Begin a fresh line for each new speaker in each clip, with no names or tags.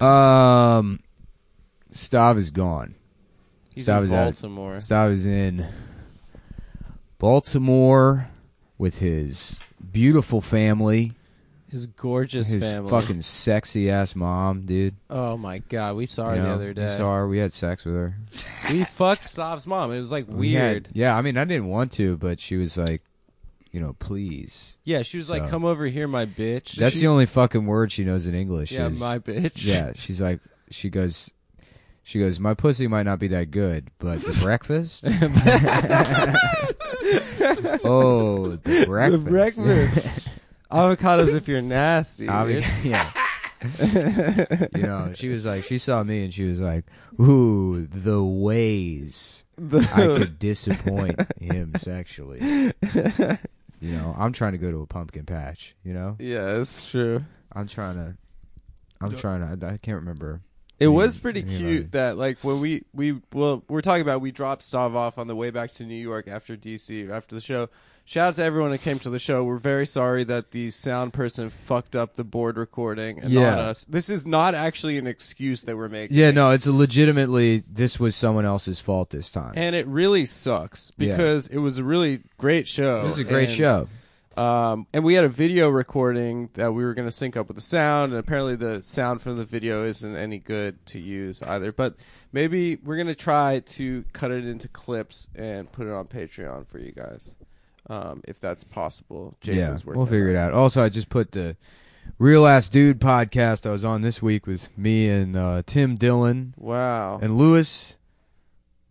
Um, Stav is gone.
He's
Stav
in
is out.
Baltimore.
Stav is in Baltimore with his beautiful family,
His gorgeous
his
family.
fucking sexy ass mom, dude.
oh my god, we saw her
You
the
know,
other
we
day.
saw her. We had sex with her.
We fucked Slav's mom. It was like
We had-
weird.
yeah, I mean, I didn't want to, but she was like, you know, please.
yeah, she was like,
So-
"Come over here, my bitch."
That's
She-
the only fucking word she knows in English.
Yeah,
is-
my bitch.
Yeah, she's like, she goes, she goes, my pussy might not be that good, but the breakfast. oh, the breakfast.
The breakfast. Avocados if you're nasty.
I mean,
dude.
yeah. you know, she was like, she saw me and she was like, ooh, the ways I could disappoint him sexually. You know, I'm trying to go to a pumpkin patch. You know,
yeah, that's true.
I'm trying to, I'm trying to. I, I can't remember.
It
Yeah,
was pretty
yeah,
cute
like-
that like when we we well we're talking about we dropped Stav off on the way back to New York after DC after the show. Shout out to everyone who came to the show. We're very sorry that the sound person fucked up the board recording and
Yeah.
not us. This is not actually an excuse that we're making.
Yeah, no, it's legitimately this was someone else's fault this time.
And it really sucks
Yeah.
because it was a really great show.
this is a great
Oh, and,
show.
Um, and we had a video recording that we were going to sync up with the sound, and apparently the sound from the video isn't any good to use either. But maybe we're going to try to cut it into clips and put it on Patreon for you guys, um, if that's possible. Jason's
yeah,
working.
we'll figure it out. Also, I just put the Real Ass Dude podcast I was on this week with me and uh, Tim Dillon
Wow.
and Louis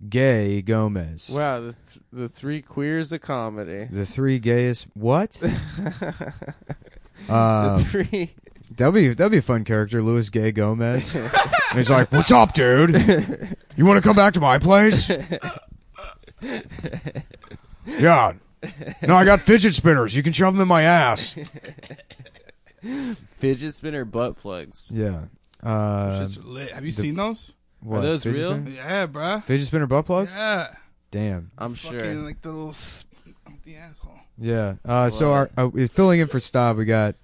Gay Gomez.
wow. The, th- the three queers of comedy.
The three gayest what?
the
um,
three.
that'd be that'd be a fun character, Louis Gay Gomez. and he's like, "What's up, dude? You want to come back to my place?" yeah. No, I got fidget spinners. You can shove them in my ass.
Fidget spinner butt plugs.
Yeah. Uh,
Shit's lit. Have you seen those?
what,
those
fidget
real?
spinner?
Yeah, bruh.
Fidget spinner butt plugs?
Yeah.
Damn.
I'm
Fucking
sure.
like the little sp- up the asshole.
Yeah. Uh, so our
Love
uh, we're filling in for Stav, we got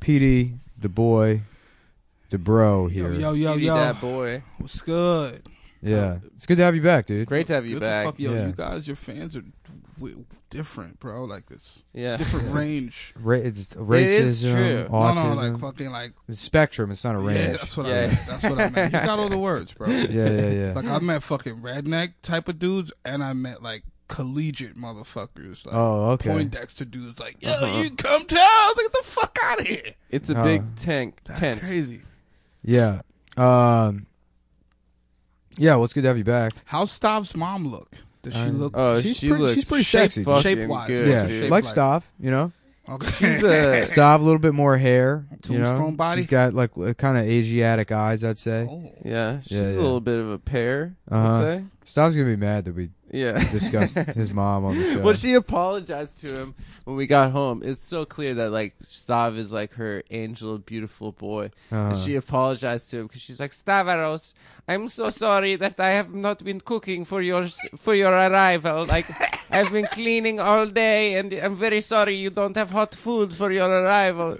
PD, the boy, the bro
Yo,
here.
yo, yo,
Beauty
yo.
Dad boy.
What's good?
Yeah. It's good to have you back, dude.
Great to have you
Good the
back.
Fuck, yo,
Yeah.
you guys, your fans are w- different, bro. Like this
Yeah.
different range.
Ra- it's racism,
is true.
autism,
No, no, like fucking like.
It's spectrum. It's not a range.
Yeah, that's what
Yeah.
I meant. That's what I meant. You got all the words, bro.
yeah, yeah, yeah.
Like I met fucking redneck type of dudes, and I met like collegiate motherfuckers. Like,
oh, okay.
Poindexter dudes like, yo,
Uh-huh.
you come down, get the fuck out of here.
It's a
Uh,
big tank.
That's
Tent.
crazy.
Yeah. Um. Yeah. Well, it's good to have you back.
How Stav's mom look? Does she
Uh,
look?
Oh,
She's
she
pretty-
looks
she's pretty
shape
sexy.
fucking
Shape-wise.
good,
yeah.
dude.
shape
like
like-
Stav, you know.
okay.
She's a
Stav, a little bit more hair. you know?
Tombstone body?
She's got like kind of Asiatic eyes, I'd say.
Oh.
yeah. She's
Yeah,
a
yeah.
little bit of a pear.
Uh-huh.
I'd say.
Stav's gonna be mad that we
Yeah.
discussed his mom on the show.
Well, she apologized to him when we got home. It's so clear that like Stav is like her angel, beautiful boy,
Uh-huh.
and she apologized to him because she's like Stavaros, I'm so sorry that I have not been cooking for your for your arrival. Like I've been cleaning all day, and I'm very sorry you don't have hot food for your arrival.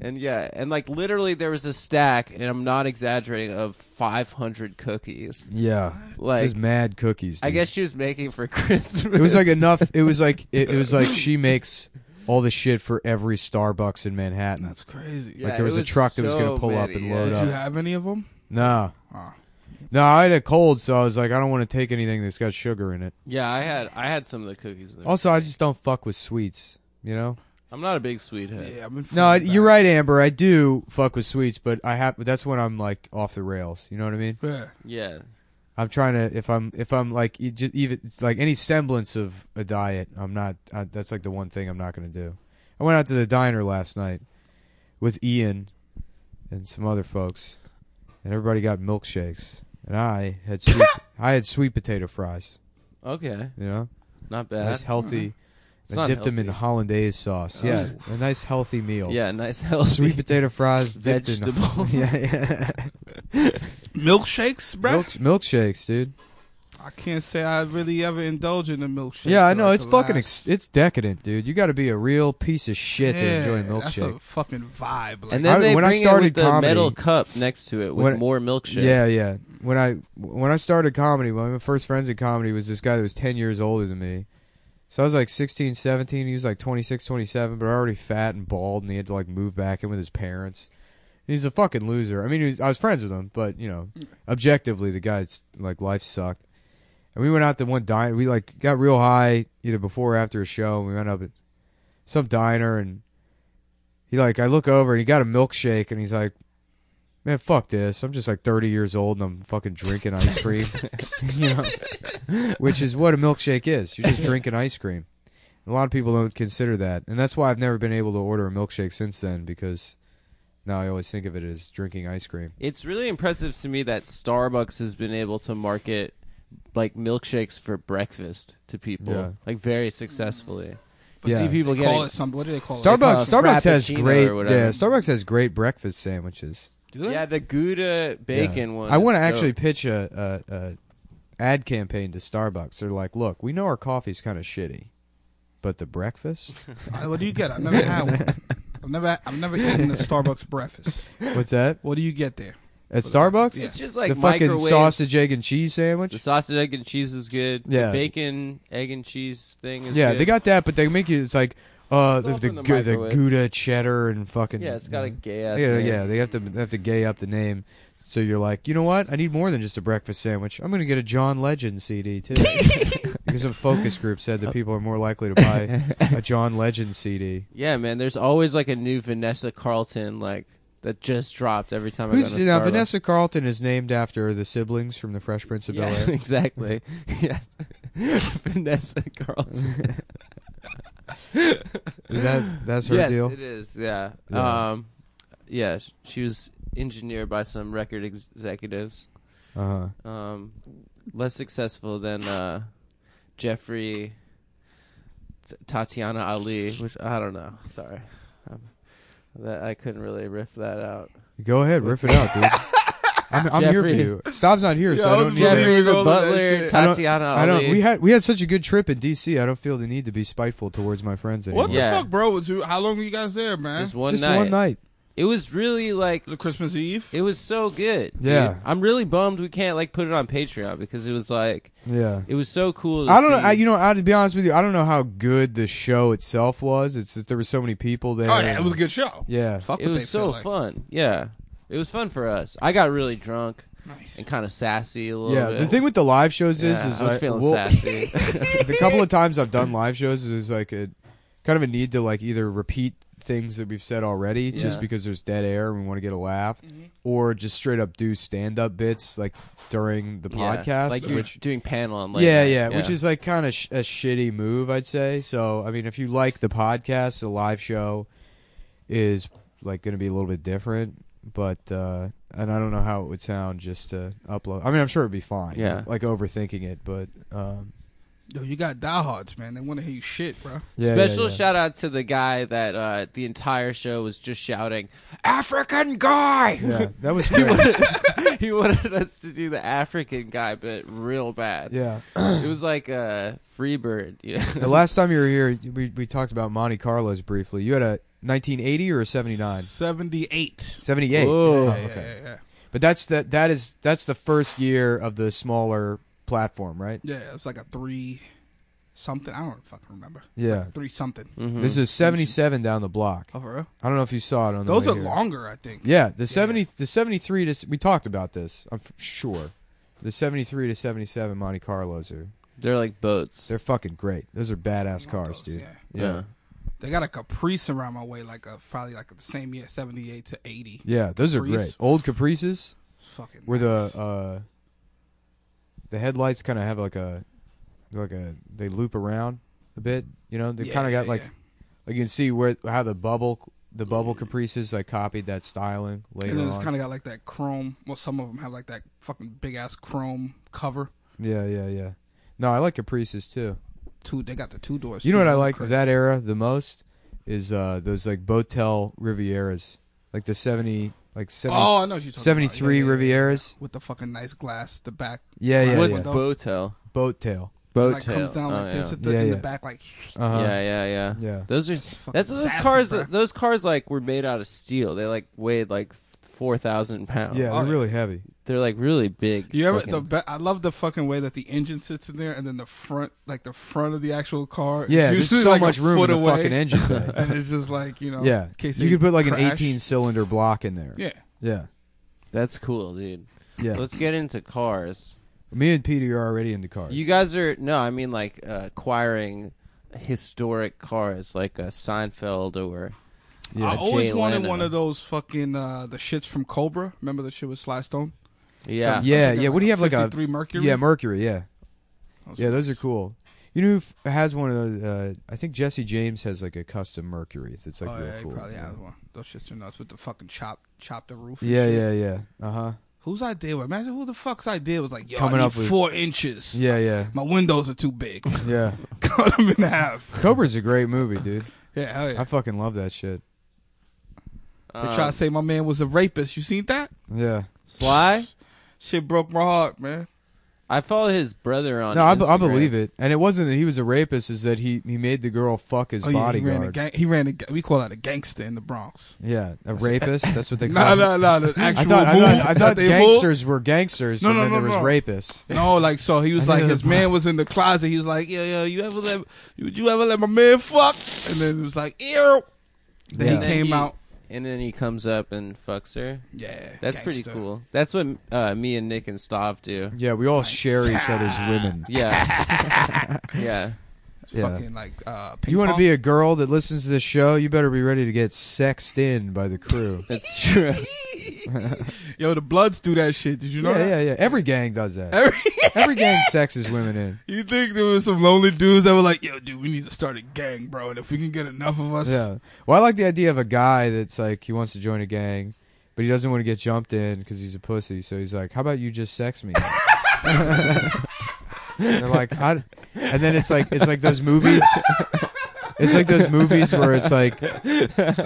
And yeah, and like literally, there was a stack, and I'm not exaggerating, of 500 cookies.
yeah,
Like
just mad cookies.
I
dude.
guess she was making for Christmas.
it was like enough. It was like it, it was like she makes all the shit for every Starbucks in Manhattan.
That's crazy.
Yeah,
like there was,
it
a truck that was
so
gonna pull up
many,
and
yeah.
load
Did
up.
you have any of them?
no,
Oh.
no, I had a cold, so I was like, I don't want to take anything that's got sugar in it.
Yeah, I had I had some of the cookies. in there.
Also, I just don't fuck with sweets. You know?
I'm not a big sweethead.
Yeah, I've been.
No, I,
feeling
you're
bad.
right, Amber. I do fuck with sweets, but I have. That's when I'm like off the rails. You know what I mean?
Yeah.
Yeah,
I'm trying to. If I'm, if I'm like e- just even it's like any semblance of a diet, I'm not. I, that's like the one thing I'm not going to do. I went out to the diner last night with Ian and some other folks, and everybody got milkshakes, and I had sweet, I had sweet potato fries.
Okay.
You know,
Not bad. Mm-hmm.
nice healthy.
It's
I
not
dipped them in
healthy.
hollandaise sauce. Yeah, a nice healthy meal.
yeah, nice healthy.
sweet potato fries dipped
Vegetable.
in. yeah, yeah.
Milkshakes, bro.
Milk, milkshakes, dude.
I can't say I really ever indulge in a milkshake.
yeah, I
though.
know it's
a
fucking
last-
ex- it's decadent, dude. You got to be a real piece of shit to enjoy a
Yeah, That's a
milkshake.
fucking vibe. Like,
And then
I-
they
when I
bring it
started
with the
comedy-
metal cup next to it with
When-
more milkshake.
Yeah, yeah. When I when I started comedy, one of my first friends in comedy was this guy that was 10 years older than me. So I was like 16, 17, he was like 26, 27, but already fat and bald and he had to like move back in with his parents. He's a fucking loser. I mean, he was, I was friends with him, but you know, objectively the guy's like life sucked. And we went out to one diner, we like got real high either before or after a show, and we went up at some diner and he like I look over and he got a milkshake and he's like man, fuck this. I'm just like 30 years old and I'm fucking drinking ice cream, you know, which is what a milkshake is. You're just drinking ice cream. A lot of people don't consider that, and that's why I've never been able to order a milkshake since then because now I always think of it as drinking ice cream.
It's really impressive to me that Starbucks has been able to market like milkshakes for breakfast to people,
Yeah.
like very successfully.
But Yeah.
You see people
they
getting
call it something. What do they call
call
Starbucks,
it
Starbucks has
Frappuccino
great,
or whatever.
yeah, Starbucks has great breakfast sandwiches.
it? Do they?
yeah the Gouda bacon
Yeah.
one.
I want to
is
actually
dope.
pitch a, a, a ad campaign to Starbucks. They're like, look, we know our coffee's kind of shitty, but the breakfast,
Uh, What do you get? I've never had one. I've never, I've never eaten a Starbucks breakfast.
what's that
What do you get there?
at Starbucks?
Yeah.
It's just like
the fucking
microwave-
sausage, egg, and cheese
The
sandwich.
sausage, egg, and cheese is good.
Yeah.
The bacon, egg, and cheese thing is
Yeah,
good.
they got that, but they make you. It's like uh,
It's
the
all
the,
from the
gu- the
microwave.
Gouda cheddar and fucking. Mm-hmm.
Yeah, it's got a gay ass.
yeah, yeah. They have to they have to gay up the name. So you're like, you know what? I need more than just a breakfast sandwich. I'm gonna get a John Legend CD too, because a focus group said that people are more likely to buy a John Legend CD.
Yeah, man. There's always like a new Vanessa Carlton like that just dropped every time
Who's
I go to
now?
Starbucks.
Vanessa Carlton is named after the siblings from The Fresh Prince of Bel
Yeah,
Air.
exactly. Yeah, Vanessa Carlton.
Is that that's her
yes,
deal?
it is. Yeah.
Yeah.
Um, yeah. sh- She was engineered by some record ex- executives.
Uh-huh.
Um, less successful than uh, Jeffrey T- Tatiana Ali, which I don't know. Sorry, um, that I couldn't really riff that out.
Go ahead, riff it out, dude. I'm, I'm here for
Jeffrey.
you. Stav's not here, so I don't need
believe
to-
Jeffrey
we
the
rolled with that
Butler,
shit.
I don't-
Tatiana
I don't.
Ali.
We had we had such a good trip in D.C. I don't feel the need to be spiteful towards my friends anymore.
What
Yeah.
the fuck, bro? Was you, how long were you guys there, man?
just one
Just
night.
one night.
It was really like
the Christmas Eve.
it was so good. dude.
Yeah.
I'm really bummed we can't like put it on Patreon because it was like
Yeah.
it was so cool. To
I don't know.
see.
I, you know, I, to be honest with you, I don't know how good the show itself was. It's just there were so many people there.
oh yeah, it was a good show.
Yeah.
Fuck
it
what
was
they
so
feel like.
fun. Yeah, it was fun for us. I got really drunk
Nice.
and kind of sassy a little
Yeah.
bit.
The thing with the live shows
yeah,
is, is
I was
like,
feeling
we'll-
sassy.
the couple of times I've done live shows is like a kind of a need to like either repeat things that we've said already just
Yeah.
because there's dead air and we want to get a laugh or just straight up do stand up bits like during the
Yeah,
podcast
like you're
which
doing panel on. late
yeah,
night.
yeah, which is like kind of sh- a shitty move, I'd say. So, I mean, if you like the podcast, the live show is like going to be a little bit different, but uh and I don't know how it would sound just to upload. I mean, I'm sure it'd be fine.
Yeah.
like overthinking it, but um
Yo, you got diehards, man. They want to hear you shit, bro.
yeah, yeah,
Special
yeah.
shout out to the guy that uh, the entire show was just shouting, African guy!
Yeah, that was great.
he wanted us to do the African guy, but real bad.
yeah.
It was like a Freebird. You
The
know?
last time you were here, we we talked about Monte Carlos briefly. You had a 1980 or a 79,
78.
78.
Whoa.
Oh,
yeah,
okay.
yeah, yeah,
But that's the that is that's the first year of the smaller platform, right?
yeah. Yeah, it was like a three something. I don't fucking remember.
Yeah. Mm.
Three something.
Mhm.
This is 77 down the block.
Oh, for real?
I don't know if you saw it on the
Those
way
are
here.
longer, I think.
Yeah, the 70 the 73 to s- we talked about this. I'm f- sure. The 73 to 77 Monte Carlos are
They're like boats.
they're fucking great. Those are badass cars,
Those,
dude.
Yeah.
yeah.
They got a Caprice around my way, like a probably like the same year, 78 to 80.
Yeah, those are
Caprice.
great. Old Caprices.
Fucking.
where
nice.
the uh, the headlights kind of have like a like a they loop around a bit. You know, they
Yeah,
kind of got
yeah,
like
yeah. Mm-hmm.
like you can see where how the bubble the bubble caprices like copied that styling later
And then
on.
it's kind of got like that chrome. Well, some of them have like that fucking big ass chrome cover.
yeah, yeah, yeah. No, I like caprices too.
Two, they got the two doors.
You know
too.
what I
Those are
like of
crazy.
that era the most is uh those like Botel Rivieras, like the seventy like 70,
oh, I know what you're talking about. Yeah,
73
yeah, yeah,
Rivieras.
yeah. With the fucking nice glass, the back.
Yeah, yeah,
What's
yeah.
the-
boat tail?
Boat tail.
Boat
like comes down like this at the,
Oh, Yeah,
in
yeah.
the back, like.
Uh-huh.
Oh, yeah, yeah, yeah,
Yeah.
Those are
fucking
that's those
sassy,
cars.
bro.
Those cars like were made out of steel. They like weighed like four thousand pounds.
Yeah,
Oh,
they're
yeah.
really heavy.
they're like really big.
You ever
fucking-
the be- I love the fucking way that the engine sits in there, and then the front, like the front of the actual car. is
Yeah, there's
usually
so
like a
much room in
foot
the
away,
fucking engine bay.
and it's just like you know.
yeah,
in case
you
they
could put like an
crash.
18 cylinder block in there.
Yeah,
yeah,
That's cool, dude.
yeah.
Let's get into cars.
Me and Peter are already into cars.
You guys are no, I mean like uh, acquiring historic cars like a Seinfeld or
Yeah.
I
Jay
always wanted
Leno.
one of those fucking uh, the shits from Cobra. Remember the shit with Sly Stone?
yeah.
yeah,
I think
yeah.
I
What do you have like a
53 Mercury?
Yeah, Mercury. Yeah,
Those
yeah. Those are cool. You know who f- has one of those? Uh, I think Jesse James has like a custom Mercury. That's like
oh
real
yeah,
cool.
he probably
yeah.
has one. Those shits are nuts with the fucking chop, chop the roof. and
yeah,
shit.
yeah, yeah. Uh huh.
Whose idea? was- Imagine who the fuck's idea was like, yo,
Coming
I need
up with-
four inches.
Yeah, yeah,
My windows are too big.
yeah.
Cut them in half.
Cobra's a great movie, dude.
Yeah, hell yeah.
I fucking love that shit.
They
Um,
try to say my man was a rapist. You seen that?
Yeah.
Sly.
Shit broke my heart, man.
I follow his brother on.
No, I, be- I
Instagram.
believe it. And it wasn't that he was a rapist; is that he he made the girl fuck his
oh, yeah, he ran a
bodyguard.
gang. He ran a. ga- We call that a gangster in the Bronx.
yeah, a rapist. That's what they call.
No,
him.
no, no. The actual
I thought, I
move
thought, I
that
thought
they
gangsters were gangsters,
No,
and
no,
then
no,
there was
no.
rapists.
pulled- No, like so he was
I
like
know
his
the
man was in the closet. He was like, yo, yo, you ever let? Would you ever let my man fuck? And then it was like, ew. Then
Yeah.
he
Then
came
he-
out.
And then he comes up and fucks her.
Yeah,
That's pretty
gangster.
cool. That's what uh, me and Nick and Stav do.
Yeah, we all share each other's women.
Yeah. yeah.
Yeah.
Fucking like uh, ping
You want to
pong.
be a girl that listens to this show? You better be ready to get sexed in by the crew.
That's true.
yo. The Bloods do that shit. Did you know?
yeah,
that?
yeah, yeah. Every gang does that.
Every-
Every gang sexes women in.
You think there was some lonely dudes that were like, "Yo, dude, we need to start a gang, bro. And if we can get enough of us,
Yeah. Well, I like the idea of a guy that's like he wants to join a gang, but he doesn't want to get jumped in because he's a pussy. So he's like, "How about you just sex me?" And they're like, I, and then it's like it's like those movies. It's like those movies where it's like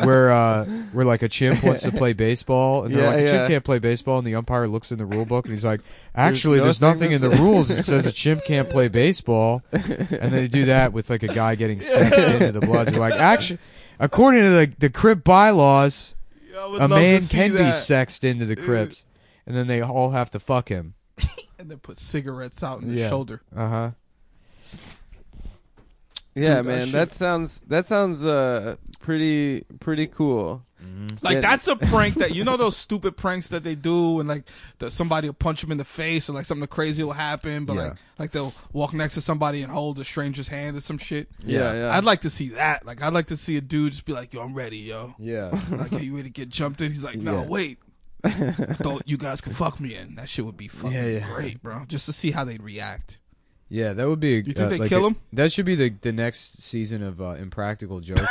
where uh where like a chimp wants to play baseball and they're
Yeah,
like a
yeah.
chimp can't play baseball and the umpire looks in the rule book and he's like actually
There's
there's, nothing
nothing
in the rules that says a chimp can't play baseball and they do that with like a guy getting sexed into the blood they're like actually according to the the crib bylaws
Yo, I would
a
love to
man
see
can be
that.
sexed into the cribs and then they all have to fuck him
and then put cigarettes out in his
Yeah.
shoulder.
uh huh
Yeah,
Dude, that
man.
shit-
That sounds that sounds uh pretty pretty cool.
Mm.
Like
Yeah.
that's a prank that you know those stupid pranks that they do, and like the, somebody will punch him in the face, or like something crazy will happen. But
Yeah.
like, like they'll walk next to somebody and hold a stranger's hand or some shit.
Yeah, yeah.
I'd like to see that. Like, I'd like to see a dude just be like, "Yo, I'm ready, yo."
yeah
Like, are you ready to get jumped in? He's like, "No,
Yeah.
wait." Don't you guys can fuck me in? That shit would be fucking
Yeah, yeah.
great, bro. Just to see how they react.
Yeah, that would be. You
think they kill him?
That should be the the next season of uh, Impractical Jokers.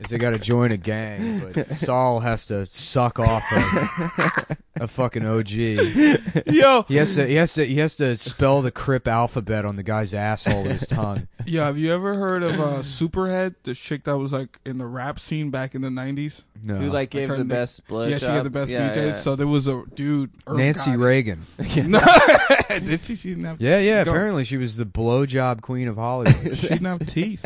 is they got to join a gang, but Saul has to suck off a, a fucking OG. He
Yo,
has to he has to he has to spell the Crip alphabet on the guy's asshole with his tongue.
Yeah, have you ever heard of uh, Superhead? This chick that was like in the rap scene back in the nineties.
No,
Who like gave
her
the
Nick-
best blood?
yeah, she had the best
yeah,
BJs.
yeah.
So there was a dude. Irv
Nancy
Gotti.
Reagan.
No, did she? She didn't have.
Yeah, yeah.
Go.
Apparently, she was the blowjob queen of Hollywood.
She didn't have teeth.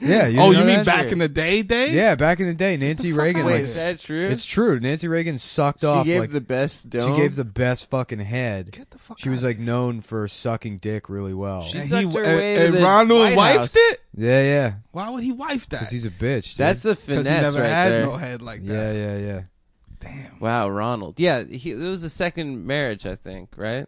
yeah. You
oh,
didn't
you
know
mean
that?
back in the day, day?
Yeah, back in the day, Nancy Reagan.
Wait,
like,
is that true?
It's true. Nancy Reagan sucked
she
off.
gave
like,
the best dome.
She gave the best fucking head.
Get the fuck
She
out
was
of
like known for sucking dick really well.
She
And
sucked
he-
her
and-
way to
and
the
Ronald
White
wifed
House.
it.
yeah, yeah.
Why would he wife that?
Because he's a bitch. Dude.
That's a
Because
finesse
he never
right
had
there.
no head like
yeah,
that.
yeah, yeah.
Damn.
Wow, Ronald. Yeah, he, it was the second marriage, I think. Right?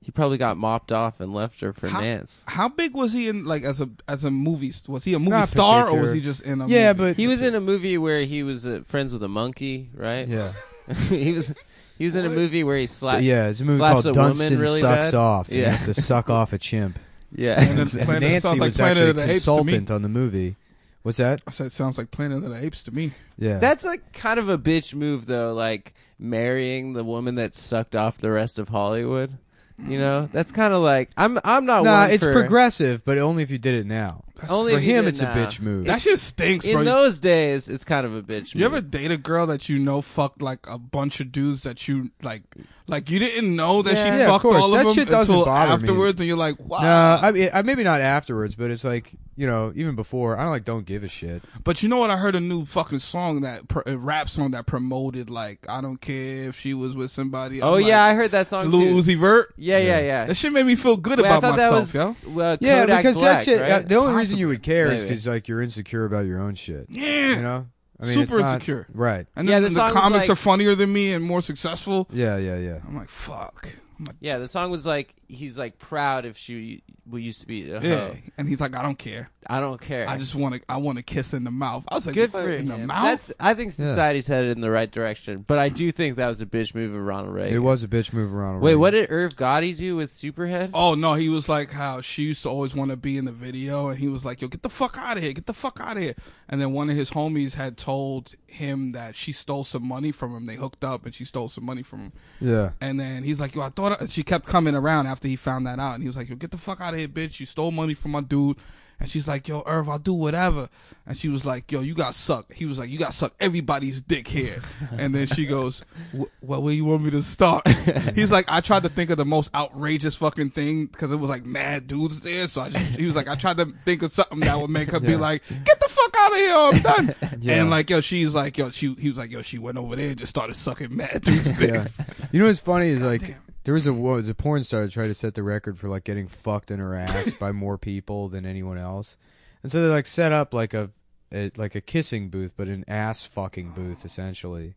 He probably got mopped off and left her for
How-
Nance.
How big was he in like as a as a movie? st- Was he a movie
Not
star or
particular.
was he just in a?
Yeah,
movie?
but
He was in a movie where he was uh, friends with a monkey, right?
yeah,
he was he was in a movie where he slapped.
yeah. It's a movie
slaps
called
a woman
Dunstan
really
sucks
bad?
off. Yeah,
Yeah.
he has to suck off a chimp.
yeah.
And then Planet-
Nancy
sounds like
was
Planet
actually
of the
a
Apes to me.
consultant on the movie. What's that?
I said, sounds like Planet of the Apes to me.
Yeah,
That's like kind of a bitch move though, like marrying the woman that sucked off the rest of Hollywood. You know, that's kind of like I'm I'm not.
nah.
one
It's
for-
progressive, but only if you did it now.
Only
for
if you
him,
did
it's
now.
a bitch move.
That shit stinks,
In
bro.
those days, it's kind of a bitch.
you ever
move.
date a girl that you know fucked like a bunch of dudes that you like, like you didn't know that
Yeah,
she
yeah, of
fucked
course.
all of
That
them
shit doesn't
until
bother me.
afterwards, and you're like, wow.
no, I mean, I, maybe not afterwards, but it's like you know, even before, I don't like don't give a shit.
But you know what? I heard a new fucking song that pr- a rap song that promoted like I don't care if she was with somebody.
Oh
I'm
yeah, I
like,
heard that song
Lil
too.
Uzi Vert.
Yeah, yeah, yeah.
That shit made me feel good
Wait, I
about
thought
myself,
that was
yo.
uh,
yeah,
Kodak
because
Black,
that shit.
right?
uh, the only reason you would care is
Maybe.
because like you're insecure about your own shit.
Yeah.
You know, I mean,
Super
it's not-
insecure.
Right.
And
Yeah,
then
the
the,
song was
comics
like-
are funnier than me and more successful.
Yeah, yeah, yeah.
I'm like, fuck. I'm like,
Yeah, the song was like he's like proud if she we used to be. A hoe.
yeah. And he's like, I don't care.
I don't care.
I just want to. I want to kiss in the mouth. I was like,
good
fuck,
for
in
him.
the mouth.
That's I think
Yeah.
society's headed in the right direction, but I do think that was a bitch move of Ronald Reagan.
It was a bitch move around.
Wait,
already.
what did Irv Gotti do with Superhead?
Oh no, he was like how she used to always want to be in the video, and he was like, "Yo, get the fuck out of here, get the fuck out of here." And then one of his homies had told him that she stole some money from him. They hooked up, and she stole some money from him.
Yeah.
And then he's like, "Yo, I thought," I-" and she kept coming around after he found that out, and he was like, "Yo, get the fuck out of here, bitch! You stole money from my dude." And she's like, "Yo, Irv, I'll do whatever." And she was like, "Yo, you got sucked." He was like, "You got sucked everybody's dick here." and then she goes, "Wh- "What where you want me to start?" he's like, "I tried to think of the most outrageous fucking thing because it was like mad dudes there." So I just, he was like, "I tried to think of something that would make her be
Yeah.
like, get the fuck out of here, I'm done."
Yeah.
And like, yo, she's like, "Yo, she," he was like, "Yo, she went over there and just started sucking mad dudes' dicks."
Yeah. You know what's funny is like
damn.
there was a what was a porn star that tried to set the record for like getting fucked in her ass by more people than anyone else, and so they like set up like a, a like a kissing booth, but an ass fucking booth essentially.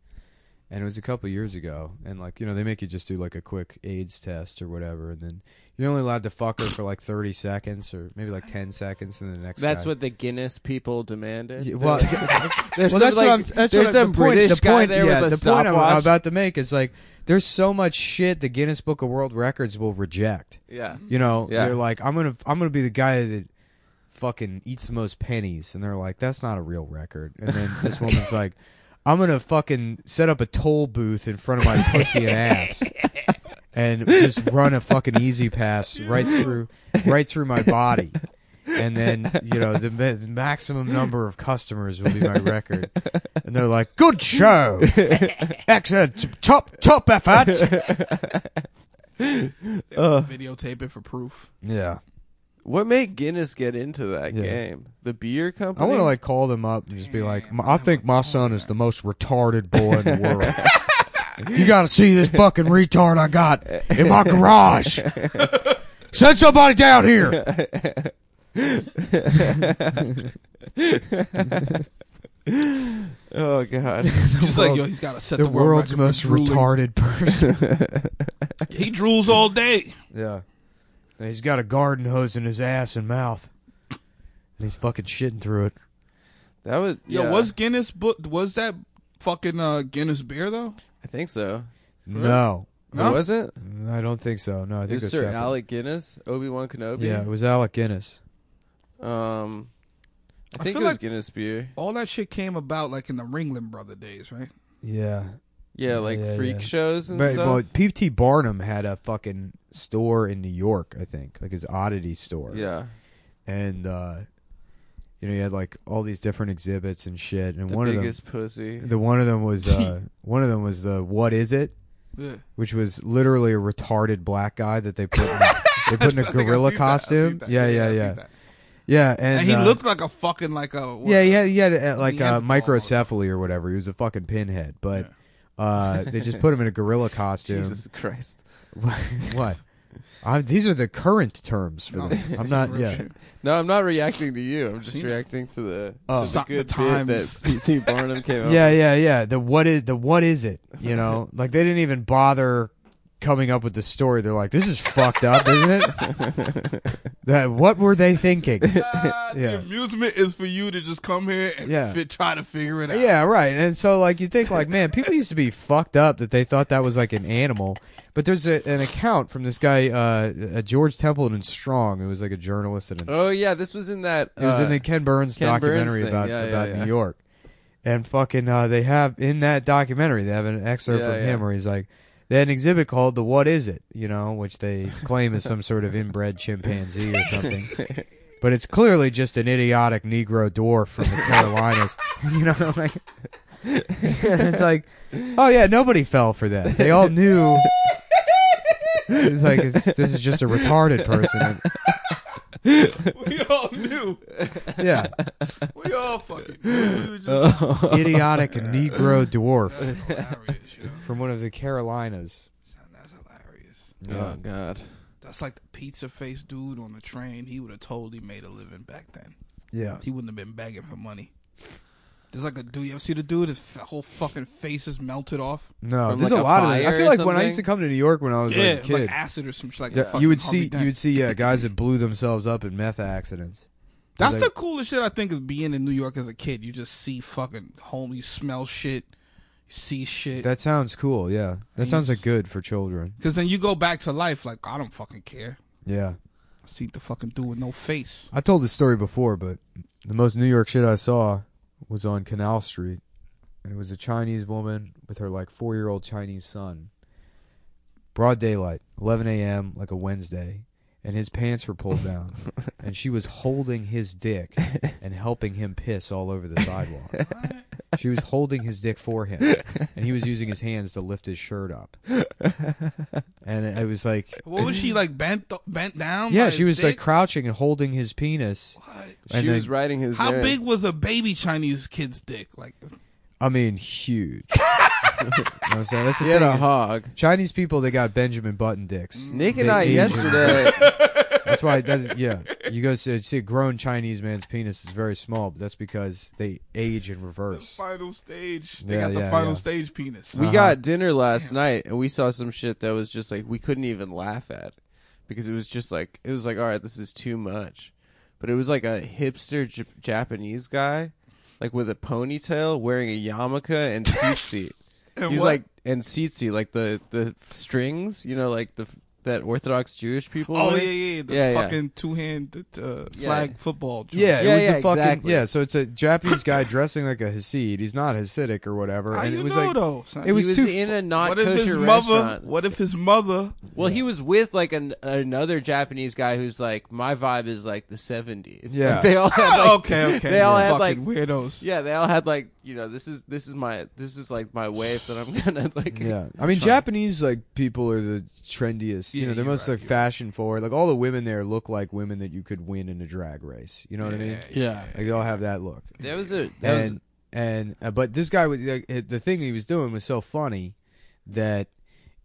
And it was a couple years ago, and like you know they make you just do like a quick AIDS test or whatever, and then you're only allowed to fuck her for like 30 seconds or maybe like 10 seconds, and then the next
That's
guy-
what the Guinness people demanded.
Yeah, well,
There's
well,
some,
that's
like-
what I'm. That's
there's
what
some
I'm, the point,
British
the
guy
point,
there
yeah,
with a
the point I'm,
stopwatch.
I'm about to make is like there's so much shit the Guinness Book of World Records will reject.
yeah.
You know,
Yeah.
they're like, I'm gonna, I'm gonna be the guy that fucking eats the most pennies, and they're like, that's not a real record. And then this woman's like, I'm gonna fucking set up a toll booth in front of my pussy and ass. And just run a fucking easy pass right through, right through my body, and then you know the, ma- the maximum number of customers will be my record. And they're like, "Good show, excellent, top top effort."
They would
Uh.
videotape it for proof.
Yeah,
What made Guinness get into that
Yeah.
game? The beer company.
I want to like call them up and just be like, "My- I think my son is the most retarded boy in the world. you got to see this fucking retard I got in my garage. Send somebody down here.
Oh god.
She's like,
world's-
yo, he's got to set the,
The
world
world's
record for
most
drooling.
retarded person.
He drools all day.
Yeah. And he's got a garden hose in his ass and mouth. And he's fucking shitting through it.
that was
Yo,
yeah.
was Guinness book? Was that fucking uh, Guinness beer though?
I think so.
No.
No?
Was it?
I don't think so. No, I
It
think
was
it's
Sir
separate.
Alec Guinness, Obi Wan Kenobi.
Yeah, it was Alec Guinness.
Um, I
I
think it
feel
was
like-
Guinness beer.
All that shit came about like in the Ringling Brother days, right?
Yeah.
Yeah, like
Yeah,
freak
yeah.
shows and
But,
stuff.
well, P.T. Barnum had a fucking store in New York, I think, like his oddity store.
yeah,
And uh you know, he had like all these different exhibits and shit. And
the
one
biggest pussy.
of them, the one of them was uh one of them was the what is it,
Yeah.
which was literally a retarded black guy that they put in, they put in
I
a
think I've
gorilla
seen that. I've
costume.
seen that.
Yeah, yeah,
I've seen
yeah,
that.
yeah.
And,
And,
he
uh,
looked like a fucking like a
yeah, he had, he had uh, like a
Neanderthal.
microcephaly or whatever. He was a fucking pinhead, but. Uh, they just put him in a gorilla costume.
Jesus Christ.
what? i these are the current terms for
No,
this. I'm not.
real
Yeah.
shit.
No, I'm not reacting to you. I'm just
seen it.
reacting to the,
Oh.
to the
Suck the
good bit
times.
that P.T. Barnum came up.
Yeah, yeah, yeah. The what is the what is it? You know, like they didn't even bother coming up with the story. They're like, this is fucked up, isn't it? that what were they thinking?
Ah,
Yeah.
The amusement is for you to just come here and
Yeah.
fit, try to figure it out.
Yeah, right. And so like you think like, man, people used to be fucked up that they thought that was like an animal. But there's a, an account from this guy, uh, uh, George Templeton Strong, who was like a journalist and an
Oh yeah, this was in that.
It was
uh,
in the Ken Burns
Ken Burns
documentary
thing.
about
Yeah, yeah,
about
yeah.
New York, and fucking uh, they have in that documentary they have an excerpt
Yeah,
from
yeah.
him where he's like they had an exhibit called the What Is It, you know, which they claim is some sort of inbred chimpanzee or something, but it's clearly just an idiotic Negro dwarf from the Carolinas. you know what I'm like? and it's like, oh yeah, nobody fell for that. They all knew. It's like it's, this is just a retarded person.
we all knew.
Yeah,
We all fucking knew. We were just
Oh. idiotic Negro dwarf
hilarious, yo.
from one of the Carolinas.
Son, That's hilarious.
Oh God.
That's like the pizza face dude on the train. He would have totally made a living back then.
yeah.
He wouldn't have been begging for money. There's like a dude. You ever see the dude? His f- whole fucking face is melted off.
No,
From,
there's
like,
a
a
lot of. That. I
fire
feel
or
like when I used to
something?
come to New York when I was like a
it's
kid,
like acid or some shit like
Yeah,
that.
you would see you would see yeah guys that blew themselves up in meth accidents.
That's
like-
the coolest shit I think is being in New York as a kid. You just see fucking home. You smell shit. You see shit.
That sounds cool. Yeah, that sounds like
Jesus.
good for children.
Because then you go back to life like I don't fucking care.
Yeah,
I see the fucking dude with no face.
I told this story before, but the most New York shit I saw was on Canal Street, and it was a Chinese woman with her like four year old Chinese son. Broad daylight, 11 a.m., like a Wednesday, and his pants were pulled down, and she was holding his dick and helping him piss all over the sidewalk. She was holding his dick for him, and he was using his hands to lift his shirt up. And it was like,
What was she like bent bent down?
yeah,
by
she
his
was like
dick?
crouching and holding his penis.
What?
And
She
then-
was riding his.
How
nerve.
big was a baby Chinese kid's dick? Like,
I mean, huge. you know what I'm saying? That's the
He had
thing
a
is
hog.
Chinese people, they got Benjamin Button dicks.
Nick
They
and I
age
yesterday.
That's why it doesn't. Yeah, you go see, see a grown Chinese man's penis is very small, but that's because they age in reverse.
final stage. They
Yeah,
got the
yeah,
final
yeah.
stage penis.
We got dinner last night and we saw some shit that was just like we couldn't even laugh at because it was just like it was like all right this is too much. But it was like a hipster J- Japanese guy like with a ponytail wearing a yarmulke and tsitsi.
And
He's
what-
like and tsitsi like the the strings, you know like the that orthodox Jewish people
Oh
wear.
yeah, yeah, yeah, the
Yeah, yeah.
fucking two hand uh,
Yeah,
flag
yeah.
football. joint.
Yeah, it
Yeah,
was
yeah,
a fucking
exactly.
yeah. So it's a Japanese guy dressing like a Hasid. He's not Hasidic or whatever.
How
and
you
it was
know
like
though? son?
it was
He was
too
in
fu-
a not
What if his
kosher
mother?
restaurant.
What if his mother?
Well, he was with like an, another Japanese guy who's like, my vibe is like the seventies.
Yeah.
they all had like,
okay, okay.
They all
yeah.
had like,
Fucking weirdos.
yeah, they all had like, you know, this is this is my this is like my wave that I'm gonna like.
Yeah, I mean Japanese like people are the trendiest. you
Yeah,
know, they're
you're
most
right,
like
you're
fashion forward. Like all the women there look like women that you could win in a drag race. You know what I mean?
yeah.
Like they all have that look.
That was a that was
and and uh, but this guy was like, it- the thing he was doing was so funny that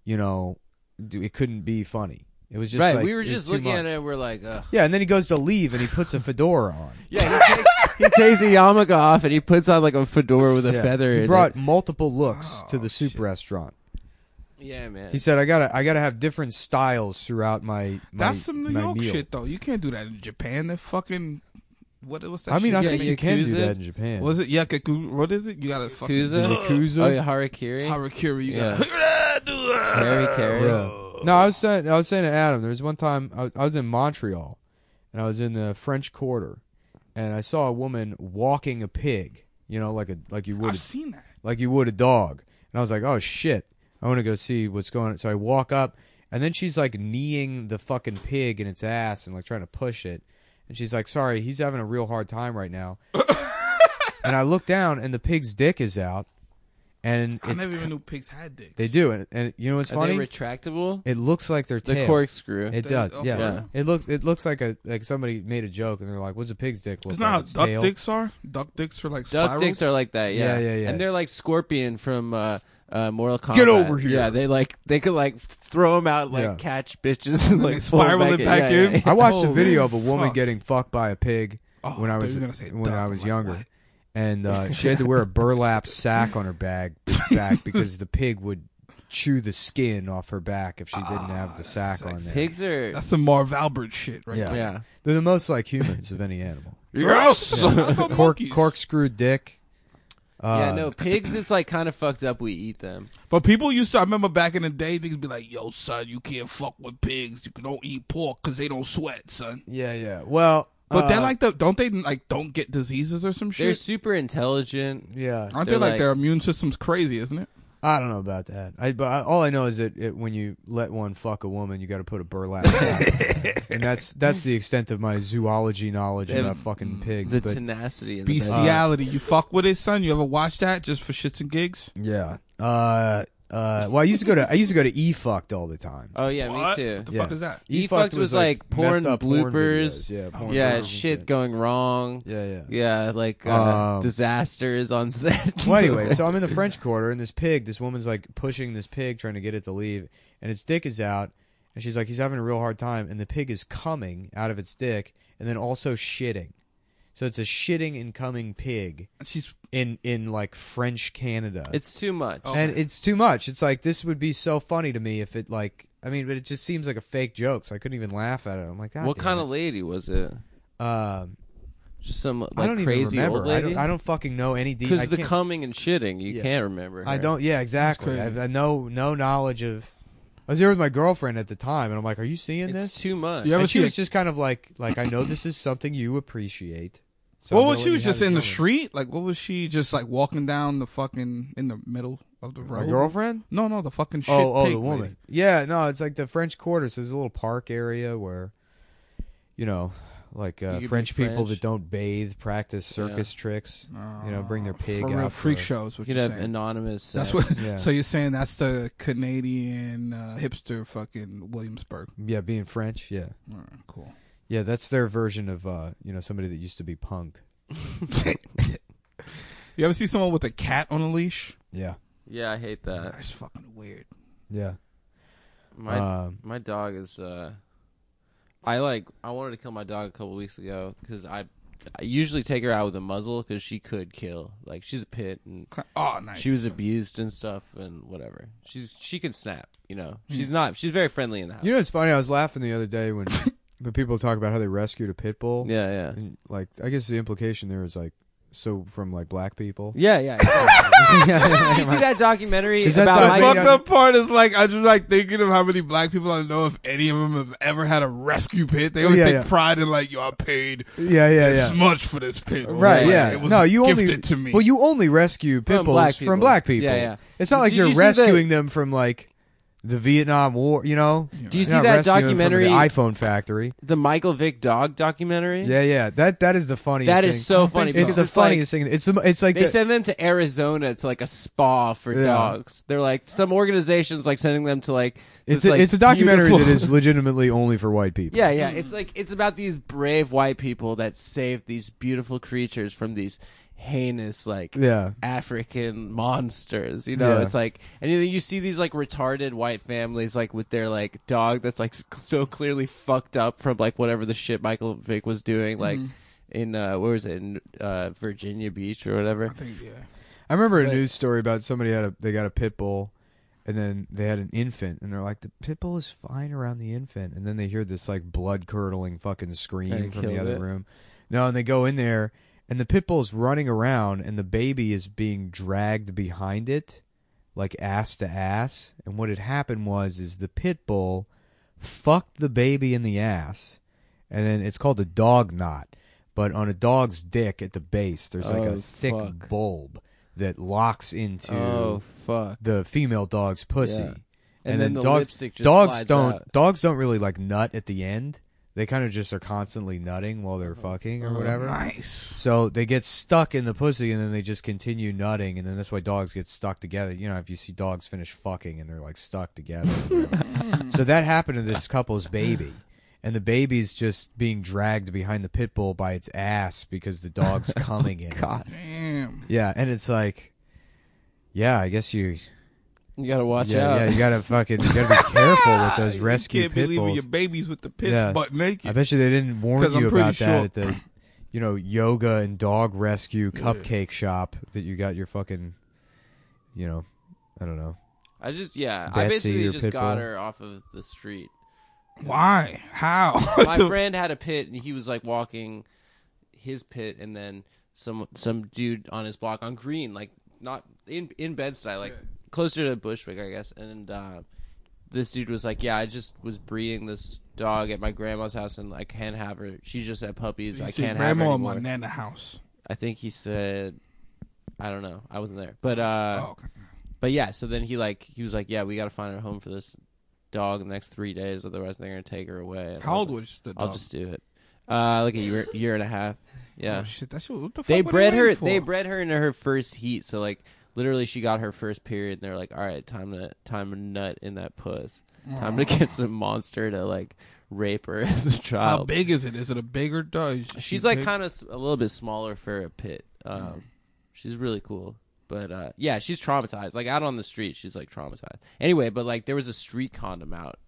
you know d- it couldn't be funny. It was just
right.
like,
we were
it's
just
too
looking
much.
at it. and We're like, Ugh.
Yeah, and then he goes to leave and he puts a fedora on.
yeah. He takes, he takes a yarmulke off and he puts on like a fedora with a
Yeah.
feather. in
He
it.
brought multiple looks to
Oh,
the soup
shit.
restaurant.
Yeah, man.
He said, "I gotta, I gotta have different styles throughout my." my
That's some New
my
York
meal.
shit though. You can't do that in Japan. They're fucking. What was that?
I mean,
shit?
I
Yeah,
think you can do
Yakuza.
that in Japan.
was it yakiku? What is it? You gotta fucking
Yakuza.
Yakuza?
Oh, yeah, Harakiri.
harakiri. You
Yeah.
gotta do it.
Harry Carey.
Yeah. No, I was saying I was saying to Adam. There was one time I was, I was in Montreal, and I was in the French Quarter, and I saw a woman walking a pig. You know, like a like you would
I've seen that.
like you would a dog. And I was like, oh shit, I want to go see what's going on. So I walk up, and then she's like kneeing the fucking pig in its ass and like trying to push it. And she's like, sorry, he's having a real hard time right now. and I look down, and the pig's dick is out, and
I
it's
never even knew pigs had dicks.
they do, and, and you know what's
Are
funny?
they retractable?
It looks like their
The
tail.
corkscrew.
It
They-
does.
oh,
yeah.
for real?
It looks. It looks like a like somebody made a joke and they're like, "What's a pig's dick look
It's
like?"
not how
Its
duck
tail?
dicks are. Duck dicks are like
Duck
spirals.
dicks are like that, yeah.
Yeah, yeah, yeah.
And they're like Scorpion from uh, uh, Mortal Kombat.
Get over here.
Yeah, they like they could like throw them out, like
Yeah.
catch bitches and like pull 'em
spiral it
Yeah,
back in.
yeah, yeah.
I watched a
Holy
video of a woman
fuck.
getting fucked by a pig
Oh,
when I
thought
was
you were gonna say
when
duck.
I
I'm
was
like,
younger,
what?
and uh, she had to wear a burlap sack on her bag back because the pig would chew the skin off her back if she didn't have the
Ah,
sack on there.
Pigs are.
That's some Marv Albert shit, right?
Yeah.
there.
yeah.
They're the most like humans of any animal.
Yes. How come
Cork,
monkeys?
corkscrew dick. Uh,
yeah, no, pigs is like kind of fucked up. We eat them.
But people used to. I remember back in the day, niggas be like, "Yo, son, you can't fuck with pigs. You don't eat pork because they don't sweat, son."
Yeah, yeah. Well,
But
uh,
they're like the don't they like don't get diseases or some
They're
shit?
super intelligent.
yeah.
Aren't they
they're
like,
like-
their immune system's crazy, isn't it?
I don't know about that. I but I, all I know is that it, when you let one fuck a woman, you got to put a burlap cap, and that's that's the extent of my zoology knowledge
They have
about fucking pigs.
The
but
tenacity and the
Bestiality. you fuck with it, son. You ever watch that just for shits and gigs?
yeah, uh, uh, well, I used to go to I used to go to E fucked all the time.
Oh yeah, me
What?
too.
What the fuck is that?
E-Fucked was like porn
messed up videos.
bloopers.
yeah, porn bloopers
yeah,
and
shit going wrong.
Yeah, yeah.
Yeah, like uh,
Um,
disasters on set.
Well, anyway, so I'm in the French Quarter, and this pig, this woman's like pushing this pig, trying to get it to leave, and its dick is out, and she's like, he's having a real hard time, and the pig is coming out of its dick, and then also shitting. So it's a shitting and coming pig
She's
in in like French Canada,
it's too much.
Oh.
and it's too much. It's like this would be so funny to me if it like, I mean, but it just seems like a fake joke, so I couldn't even laugh at it. I'm like, God
what
damn
kind
it.
of lady was it?
Um,
Just some like
I don't
crazy
even remember.
old lady.
I don't. I don't fucking know any details.
Because the coming and shitting, you
Yeah.
can't remember.
I
her.
don't. Yeah, exactly. I
crazy.
have no no knowledge of. I was here with my girlfriend at the time, and I'm like, "Are you seeing
It's
this?"
too much.
You ever
and she
see
was
a-
just kind of like, "Like I know this is something you appreciate." So I'm
Well,
gonna
was
let
she
you
was
have
just
this
in the
moment."
street? Like, what was she just like walking down the fucking in the middle of the road?
My girlfriend?
No, no, the fucking shit.
Oh, oh,
pig
the woman.
lady.
Yeah, no, it's like the French Quarter. So there's a little park area where, you know, like uh,
could be
French people
French.
that don't bathe practice circus tricks. You know, bring their pig
Oh, for real
out
freak
for-
shows. What
You
you
could have
saying?
anonymous. uh,
that's
sex.
what.
Yeah.
So you're saying that's the Canadian uh, hipster fucking Williamsburg.
Yeah, being French. Yeah,
All right, cool.
yeah, that's their version of uh, you know somebody that used to be punk.
You ever see someone with a cat on a leash?
Yeah,
Yeah, I hate
Uh,
that.
That's fucking weird.
yeah.
My
um,
my dog is. uh I like. I wanted to kill my dog a couple weeks ago because I, I usually take her out with a muzzle because she could kill. Like she's a pit and
Oh, nice.
she was abused and stuff and whatever. She's she can snap. You know, she's not. She's very friendly in the house.
Mm. You know, it's funny. I was laughing the other day when when people talk about how they rescued a pit bull.
yeah, yeah.
And, like, I guess the implication there is like, so from like black people.
Yeah, yeah. exactly. you see that documentary
'Cause that's
about
how I
Mike?
Fucked
mean,
up part is like I just like thinking of how many black people I know. If any of them have ever had a rescue pit, they always
Oh, Yeah,
take
yeah.
pride in like, yo, I paid
Yeah, yeah,
this much for this pit.
Right,
Like,
yeah.
It was
no, you
gifted
only
to me.
well, you only rescue pit
From
bulls
black people.
from black people.
Yeah, yeah.
It's not like
Did
you're
you see
rescuing them from like the Vietnam War. You know,
Do you
You're
see
not
that
rescuing them from
documentary,
the iPhone factory?
the Michael Vick dog documentary?
Yeah, yeah. That that is the funniest.
That
thing.
is so funny.
It's
because
the
like-
funniest thing. It's the, it's like
They
the-
send them to Arizona to like a spa for
Yeah.
dogs. They're like some organizations like sending them to like
it's
this,
a,
like,
it's a documentary
beautiful-
that is legitimately only for white people.
yeah yeah it's like it's about these brave white people that saved these beautiful creatures from these heinous like
yeah.
African monsters. You know,
Yeah.
it's like, and you, you see these like retarded white families like with their like dog that's like s- so clearly fucked up from like whatever the shit Michael Vick was doing, like in uh, where was it in uh, Virginia Beach or whatever.
I think, yeah.
I remember a
But-
news story about somebody had a they got a pit bull, and then they had an infant, and they're like the pit bull is fine around the infant, and then they hear this like blood curdling fucking
And
scream
it
from the
killed
other
it.
room. No, and they go in there, and the pit bull's running around, and the baby is being dragged behind it, like ass to ass. And what had happened was is the pit bull fucked the baby in the ass, and then it's called a dog knot. But on a dog's dick at the base, there's like a
Oh,
thick
fuck.
bulb that locks into
Oh fuck!
the female dog's pussy.
Yeah. And, then, the
dogs
lipstick just
dogs
slides
don't
out.
dogs don't really like nut at the end. They kind of just are constantly nutting while they're
Uh-huh.
fucking or whatever.
Nice.
So they get stuck in the pussy and then they just continue nutting and then that's why dogs get stuck together. You know, if you see dogs finish fucking and they're like stuck together. so that happened to this couple's baby. And the baby's just being dragged behind the pit bull by its ass because the dog's
Oh
coming in. it.
Damn.
Yeah, and it's like, yeah, I guess you,
You gotta watch
yeah,
out.
yeah, you gotta fucking, you gotta be careful with those
You
rescue
can't be
pit
leaving
bulls.
your babies with the pits
Yeah.
butt
I
naked.
bet you they didn't warn
'Cause I'm
you
pretty
about that
sure-
at the, you know, yoga and dog rescue cupcake shop that you got your fucking, you know, I don't know.
I just yeah. I
Betsy,
basically
your
just
pit
got
bull.
her off of the street.
Why? How?
my
What the-
friend had a pit and he was like walking his pit and then some some dude on his block on green like not in in bedside like closer to bushwick i guess and uh this dude was like yeah i just was breeding this dog at my grandma's house and i can't have her she just had puppies
You
i
see
can't have her
grandma in my
anymore.
nana house.
i think he said i don't know i wasn't there but uh
Oh, okay.
But yeah, so then he like he was like, yeah, we got to find a home for this dog in the next three days, otherwise they're gonna take her away. And I
How
was
old
like,
was the dog?
I'll just do it. Uh, like a year, year and a half.
Oh,
Yeah,
shit, that shit. What the
they
fuck? were
bred her.
waiting
They
for?
bred her into her first heat. So like, literally, she got her first period, and they're like, all right, time to time to nut in that puss. Time to get some monster to like rape her as a
How
child.
big is it? Is it a bigger dog? Is she
She's like
big?
kind of a little bit smaller for a pit. Um, She's really cool. But uh, yeah, she's traumatized. Like out on the street, she's like traumatized. Anyway, but like there was a street condom out.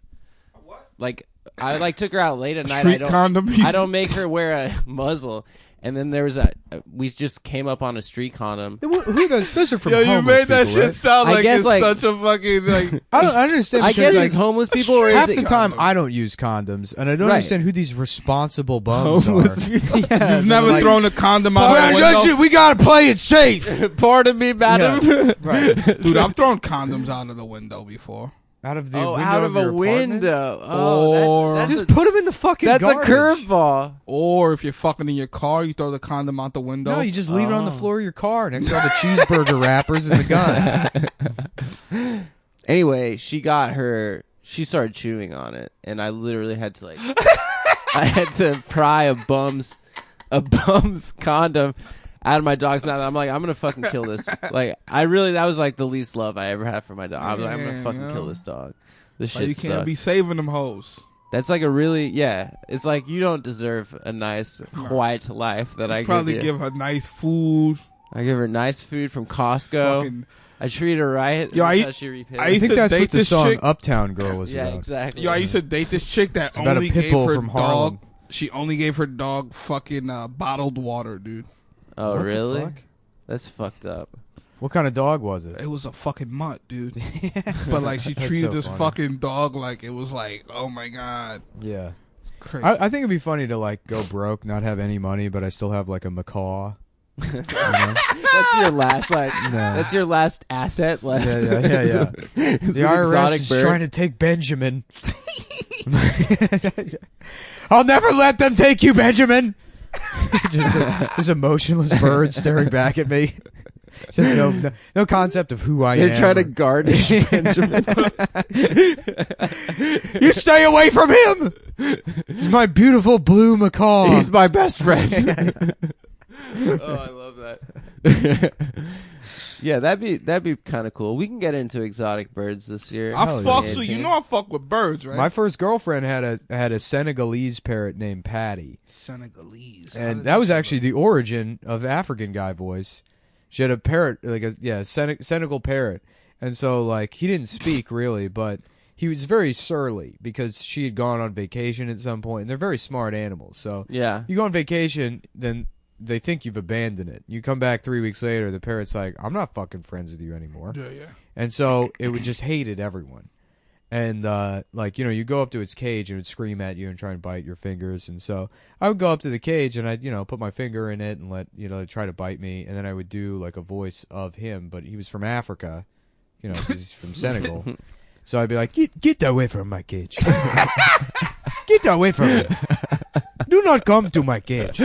What? Like I like took her out late at night. I
street
don't,
condom.
I don't make her wear a muzzle. And then there was a we just came up on a street condom.
Who, who does those are from
Yo, you
homeless
made that
people,
shit
right?
sound
I
like
guess,
it's
like-
such a fucking like.
I don't I understand.
I
because,
guess
like,
it's homeless people or
half
is
the
it
time
condoms?
I don't use condoms, and I don't
Right.
understand who these responsible bums
homeless
are.
people?
Yeah,
You've never
like-
thrown a condom out
Well,
the window,
judge it, we gotta play it safe.
Pardon me, madam.
right.
dude. I've thrown condoms out of the window before.
Out of the
Oh,
window
out of,
your
a
apartment?
window. Oh,
Or-
that-
Just
that's a,
put them in the fucking.
that's a
garbage.
curveball.
Or if you're fucking in your car, you throw the condom out the window.
No, you just leave it on the floor of your car next to all the cheeseburger wrappers and the gun.
Anyway, she got her. She started chewing on it, and I literally had to like, I had to pry a bum's, a bum's condom out of my dog's mouth. I'm like, I'm gonna fucking kill this. Like, I really that was like the least love I ever had for my dog. I was like, I'm gonna
Yeah,
fucking
yeah.
kill this dog. This
Like,
shit
Oh, you can't
sucks.
be saving them hoes.
That's like a really yeah. It's like you don't deserve a nice quiet life that I
Probably
give, you.
give her nice food.
I give her nice food from Costco.
Fucking,
I treat her right.
Yo, I
That's
u-
how she repays.
I
I
used
think
to
that's
date
what the
this
song
chick-
"Uptown Girl" was
yeah,
about.
exactly.
yo, I used to date this chick that
about a
only
pit
gave
bull
her
from Harlem.
dog. She only gave her dog fucking uh, bottled water, dude.
oh,
What the
really?
fuck?
That's fucked up.
What kind of dog was it?
It was a fucking mutt, dude. but like she
That's
treated
so
this
funny.
fucking dog like it was like, oh my god,
Yeah,
crazy.
I, I think it'd be funny to like go broke, not have any money, but I still have like a macaw. You know?
That's your last like.
No.
That's your last asset left.
Yeah, yeah, yeah,
It's
yeah.
a- it's
The
an
IRS
exotic
is
bird.
trying to take Benjamin. I'll never let them take you, Benjamin. just a, this emotionless bird staring back at me. Just no, no, no concept of who I
They're
am.
trying
or-
to garnish Benjamin.
you stay away from him. It's my beautiful blue macaw.
He's my best friend. oh, I love that. yeah, that'd be that'd be kind of cool. We can get into exotic birds this year.
I
Hell
fuck
yeah,
so you
dude.
know I fuck with birds, right?
my first girlfriend had a had a Senegalese parrot named Patty.
Senegalese, How
and
did
that was
this-
actually the origin of African guy voice. She had a parrot, like a yeah, Sen- Senegal parrot, and so like he didn't speak really, but he was very surly because she had gone on vacation at some point, and they're very smart animals. So
Yeah.
you go on vacation, then they think you've abandoned it. You come back three weeks later, the parrot's like, "I'm not fucking friends with you anymore."
Yeah, yeah.
And so it would just hated everyone. And uh, like you know, you go up to its cage and it would scream at you and try and bite your fingers. And so I would go up to the cage and I'd you know put my finger in it and let you know try to bite me. And then I would do like a voice of him, but he was from Africa, you know, 'cause he's from Senegal. So I'd be like, get get away from my cage, get away from me, do not come to my cage.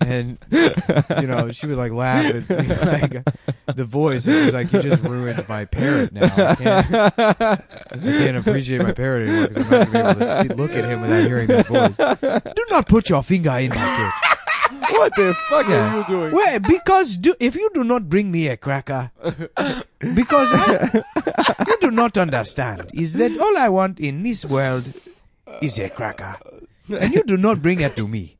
And you know, she would like laugh at me, like the voice. It was like you just ruined my parrot now. I can't, I can't appreciate my parrot anymore because I'm not gonna be able to see, look at him without hearing that voice. Do not put your finger in my cage.
What the fuck
Yeah.
are you doing?
Well, because do, if you do not bring me a cracker, because I, you do not understand, is that all I want in this world is a cracker, and you do not bring it to me.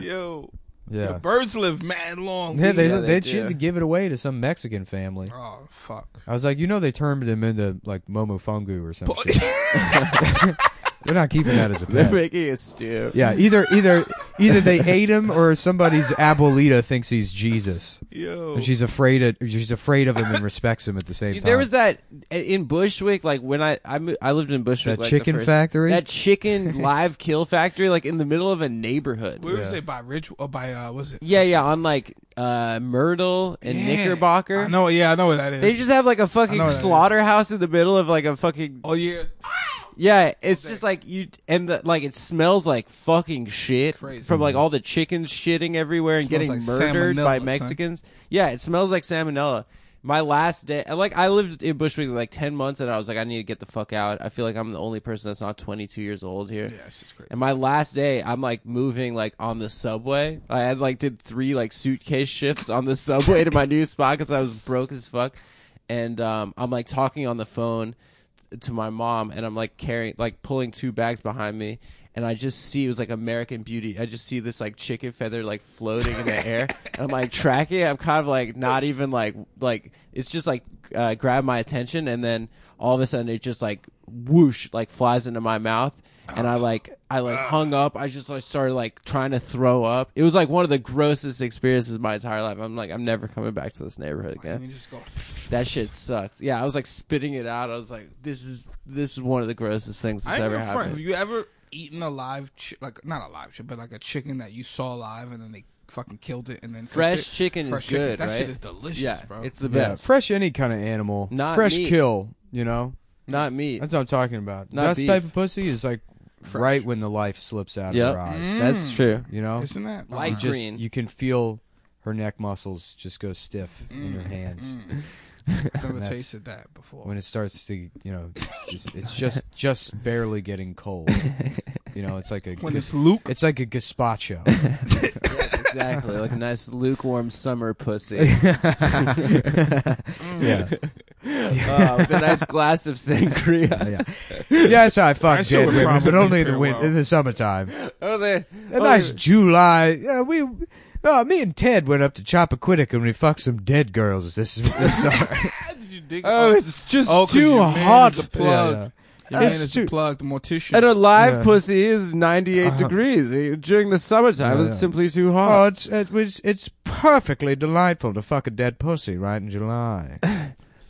Yo,
Yeah.
the birds live mad long.
Yeah, they
Yeah,
they,
they do.
should give it away to some Mexican family.
oh fuck.
I was like, you know, they turned him into like Momofungu or some
But-
shit. They're not keeping that as a
They're
pet.
making a stew.
Yeah, either either either they ate him or somebody's abuelita thinks he's Jesus,
Yo,
and she's afraid of she's afraid of him and respects him at the same
Dude,
time.
there was that in Bushwick, like when I I, mo- I lived in Bushwick,
That
like, the
chicken
first-
factory?
that chicken live kill factory, like in the middle of a neighborhood.
where was
Yeah.
it by Rich? Or by uh, was it?
yeah, yeah, on like uh Myrtle and
Yeah.
Knickerbocker.
I know. Yeah, I know what that is.
They just have like a
I know
fucking
what that is.
slaughterhouse in the middle of like a fucking
oh yeah, it's
yeah. It's just like you and the, like it smells like fucking shit
Crazy.
from like all the chickens shitting everywhere and
Smells
getting
like
murdered
salmonella,
by
son.
Mexicans. Yeah, it smells like salmonella. My last day, like I lived in Bushwick like ten months, and I was like, I need to get the fuck out. I feel like I'm the only person that's not 22 years old here.
Yeah, it's just crazy.
And my last day, I'm like moving like on the subway. I had like did three like suitcase shifts on the subway to my new spot because I was broke as fuck. And um, I'm like talking on the phone to my mom, and I'm like carrying like pulling two bags behind me. And I just see it was like American Beauty. I just see this like chicken feather like floating in the air, and I'm like tracking it. I'm kind of like not even like like it's just like uh, grabbed my attention, and then all of a sudden it just like whoosh like flies into my mouth, and I like I like hung up. I just like started like trying to throw up. It was like one of the grossest experiences of my entire life. I'm like I'm never coming back to this neighborhood
And
again.
you just go.
That shit sucks. Yeah, I was like spitting it out. I was like this is this is one of the grossest things
I
that's
ain't
ever
gonna front. Have
happened.
you ever eaten a live, chi- like not a live chicken, but like a chicken that you saw live and then they fucking killed it and then cooked
Fresh
it?
chicken
Fresh
is good,
That
right?
shit is delicious,
yeah,
bro.
it's the
Yeah,
best.
fresh any kind of animal.
Not
fresh
meat.
kill, you know?
Not meat.
That's what I'm talking about.
Not
That
beef.
type of pussy is like
Fresh.
right when the life slips out
Yep.
of her eyes.
Mm.
That's true.
You know?
isn't that
You
Light
just
green.
you can feel her neck muscles just go stiff in her hands
Mm. I've never
That's-
tasted that before.
when it starts to you know just, it's just just barely getting cold. You know, it's like a
when it's Luke,
it's like a gazpacho.
Yeah, exactly. Like a nice lukewarm summer pussy.
yeah.
oh, with a nice glass of sangria.
yeah. Yes, I fuck dead
sure would
women, but
probably
only in the
fare
win-
well.
in the summertime.
Oh, they,
A nice July. Yeah, we. Uh, me and Ted went up to Chappaquiddick and we fucked some dead girls this this summer.
How did you dig?
Oh, it's just
Oh, 'cause
too
your man
hot.
is the plug.
Yeah, yeah.
Your man
It's
is
too-
the plug, the mortician.
And a live
Yeah. Uh-huh.
pussy is 98 degrees Uh, during the summertime.
Yeah,
It's
yeah.
simply too
Oh,
hot.
it's it was it's perfectly delightful to fuck a dead pussy right in July.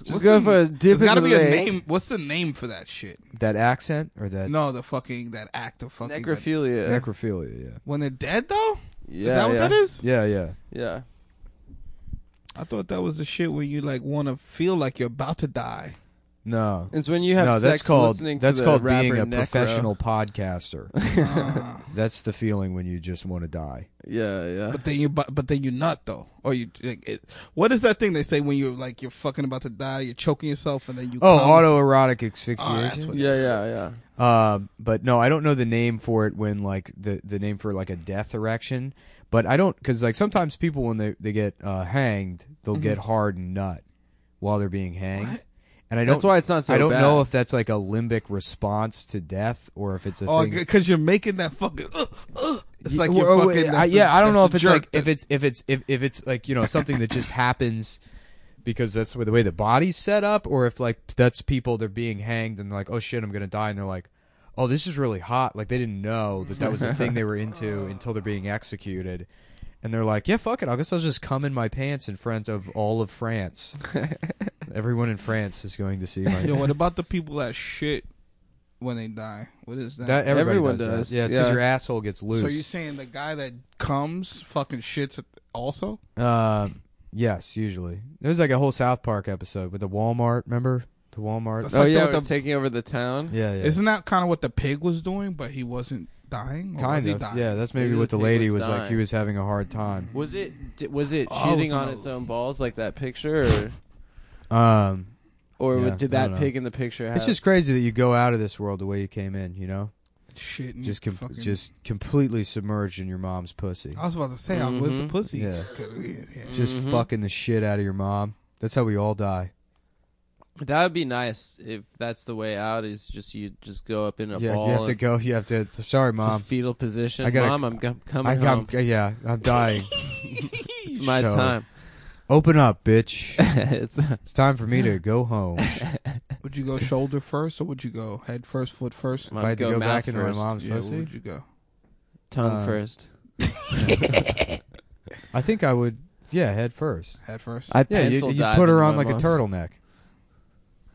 Just go for a dip
There's
in
gotta
the
be a
lake.
name. What's the name for that shit?
That accent or that
No, the fucking that act of fucking that-
Necrophilia.
necrophilia?
when they're dead though.
yeah,
is that what
yeah.
that is?
Yeah, yeah, yeah.
Yeah.
I thought that was the shit when you like want to feel like you're about to die.
No,
It's when you have
no,
sex
that's called
listening to
that's
the
called
rapper
being a
Necro.
professional podcaster.
Ah.
that's the feeling when you just want to die.
Yeah, yeah.
But then you, but, but then you nut though, or you like. It, what is that thing they say when you're like you're fucking about to die, you're choking yourself, and then you.
Oh,
come?
autoerotic
Oh, that's
asphyxiation.
what it
Yeah,
is.
yeah, yeah.
Um, but no, I don't know the name for it when like the the name for like a death erection. But I don't because like sometimes people when they they get uh, hanged, they'll
Mm-hmm.
get hard and nut while they're being hanged. And I don't.
That's why it's not so
I don't
bad.
know if that's like a limbic response to death or if it's a
Oh,
thing.
because you're making that fucking. Uh, uh, it's like
Or-
you're
or-
fucking.
oh, I,
that's
yeah,
a-
I don't know if
that's
it's
a
like
jerk
if
that-
it's if it's if, if it's like you know something that just happens because that's the way the body's set up, or if like that's people they're being hanged and they're like oh shit I'm gonna die and they're like oh this is really hot like they didn't know that that was the thing they were into until they're being executed. And they're like, yeah, fuck it. I guess I'll just come in my pants in front of all of France. Everyone in France is going to see my.
Yo, what about the people that shit when they die? What is that?
that everybody
Everyone
does. that.
does,
Yeah, it's because
yeah.
your asshole gets loose.
so you're saying the guy that comes fucking shits also?
Uh, yes, usually. There was like a whole South Park episode with the Walmart. Remember the Walmart?
That's
Oh,
like
yeah,
the-
we're taking over the town.
yeah, yeah.
Isn't that kind of what the pig was doing? But he wasn't dying. Or was
kind
he
of.
dying?
Yeah, that's maybe,
Maybe
what
Oh, the
the
pig
lady
was
was, like. He
dying.
was having a hard time.
Was it di- was it
Oh, it was
shitting on
another-
its own balls like that picture, or,
Um,
or
Yeah,
did
I
that
don't know.
pig in the picture? Have,
it's just crazy that you go out of this world the way you came in. You know,
Shit. and
just com-
fucking- Oh.
just completely submerged in your mom's pussy,
I was about to say, I was a
Mhm.
pussy.
Mm-hmm. Yeah.
Yeah.
just
Mhm.
fucking the shit out of your mom. That's how we all die.
That would be nice if that's the way out. Is just you just go up in a
Yeah,
ball,
you have to
and
go. You have to. Sorry, mom.
just fetal position.
I gotta-
Mom, I'm g- coming
I
home.
got. Yeah, I'm dying.
it's my
So-
time.
Open up, bitch.
it's,
It's time for me to go home.
Would you go shoulder first or would you go head first, foot first?
if I had to go
mouth
back into my
first,
mom's
Yeah, where
pussy,
would you go?
tongue
Uh,
first.
I think I would. Yeah, head first.
Head first.
I'd
Yeah, you,
pencil
you
dive
put her
into
on
my
like a
mom's-
turtleneck.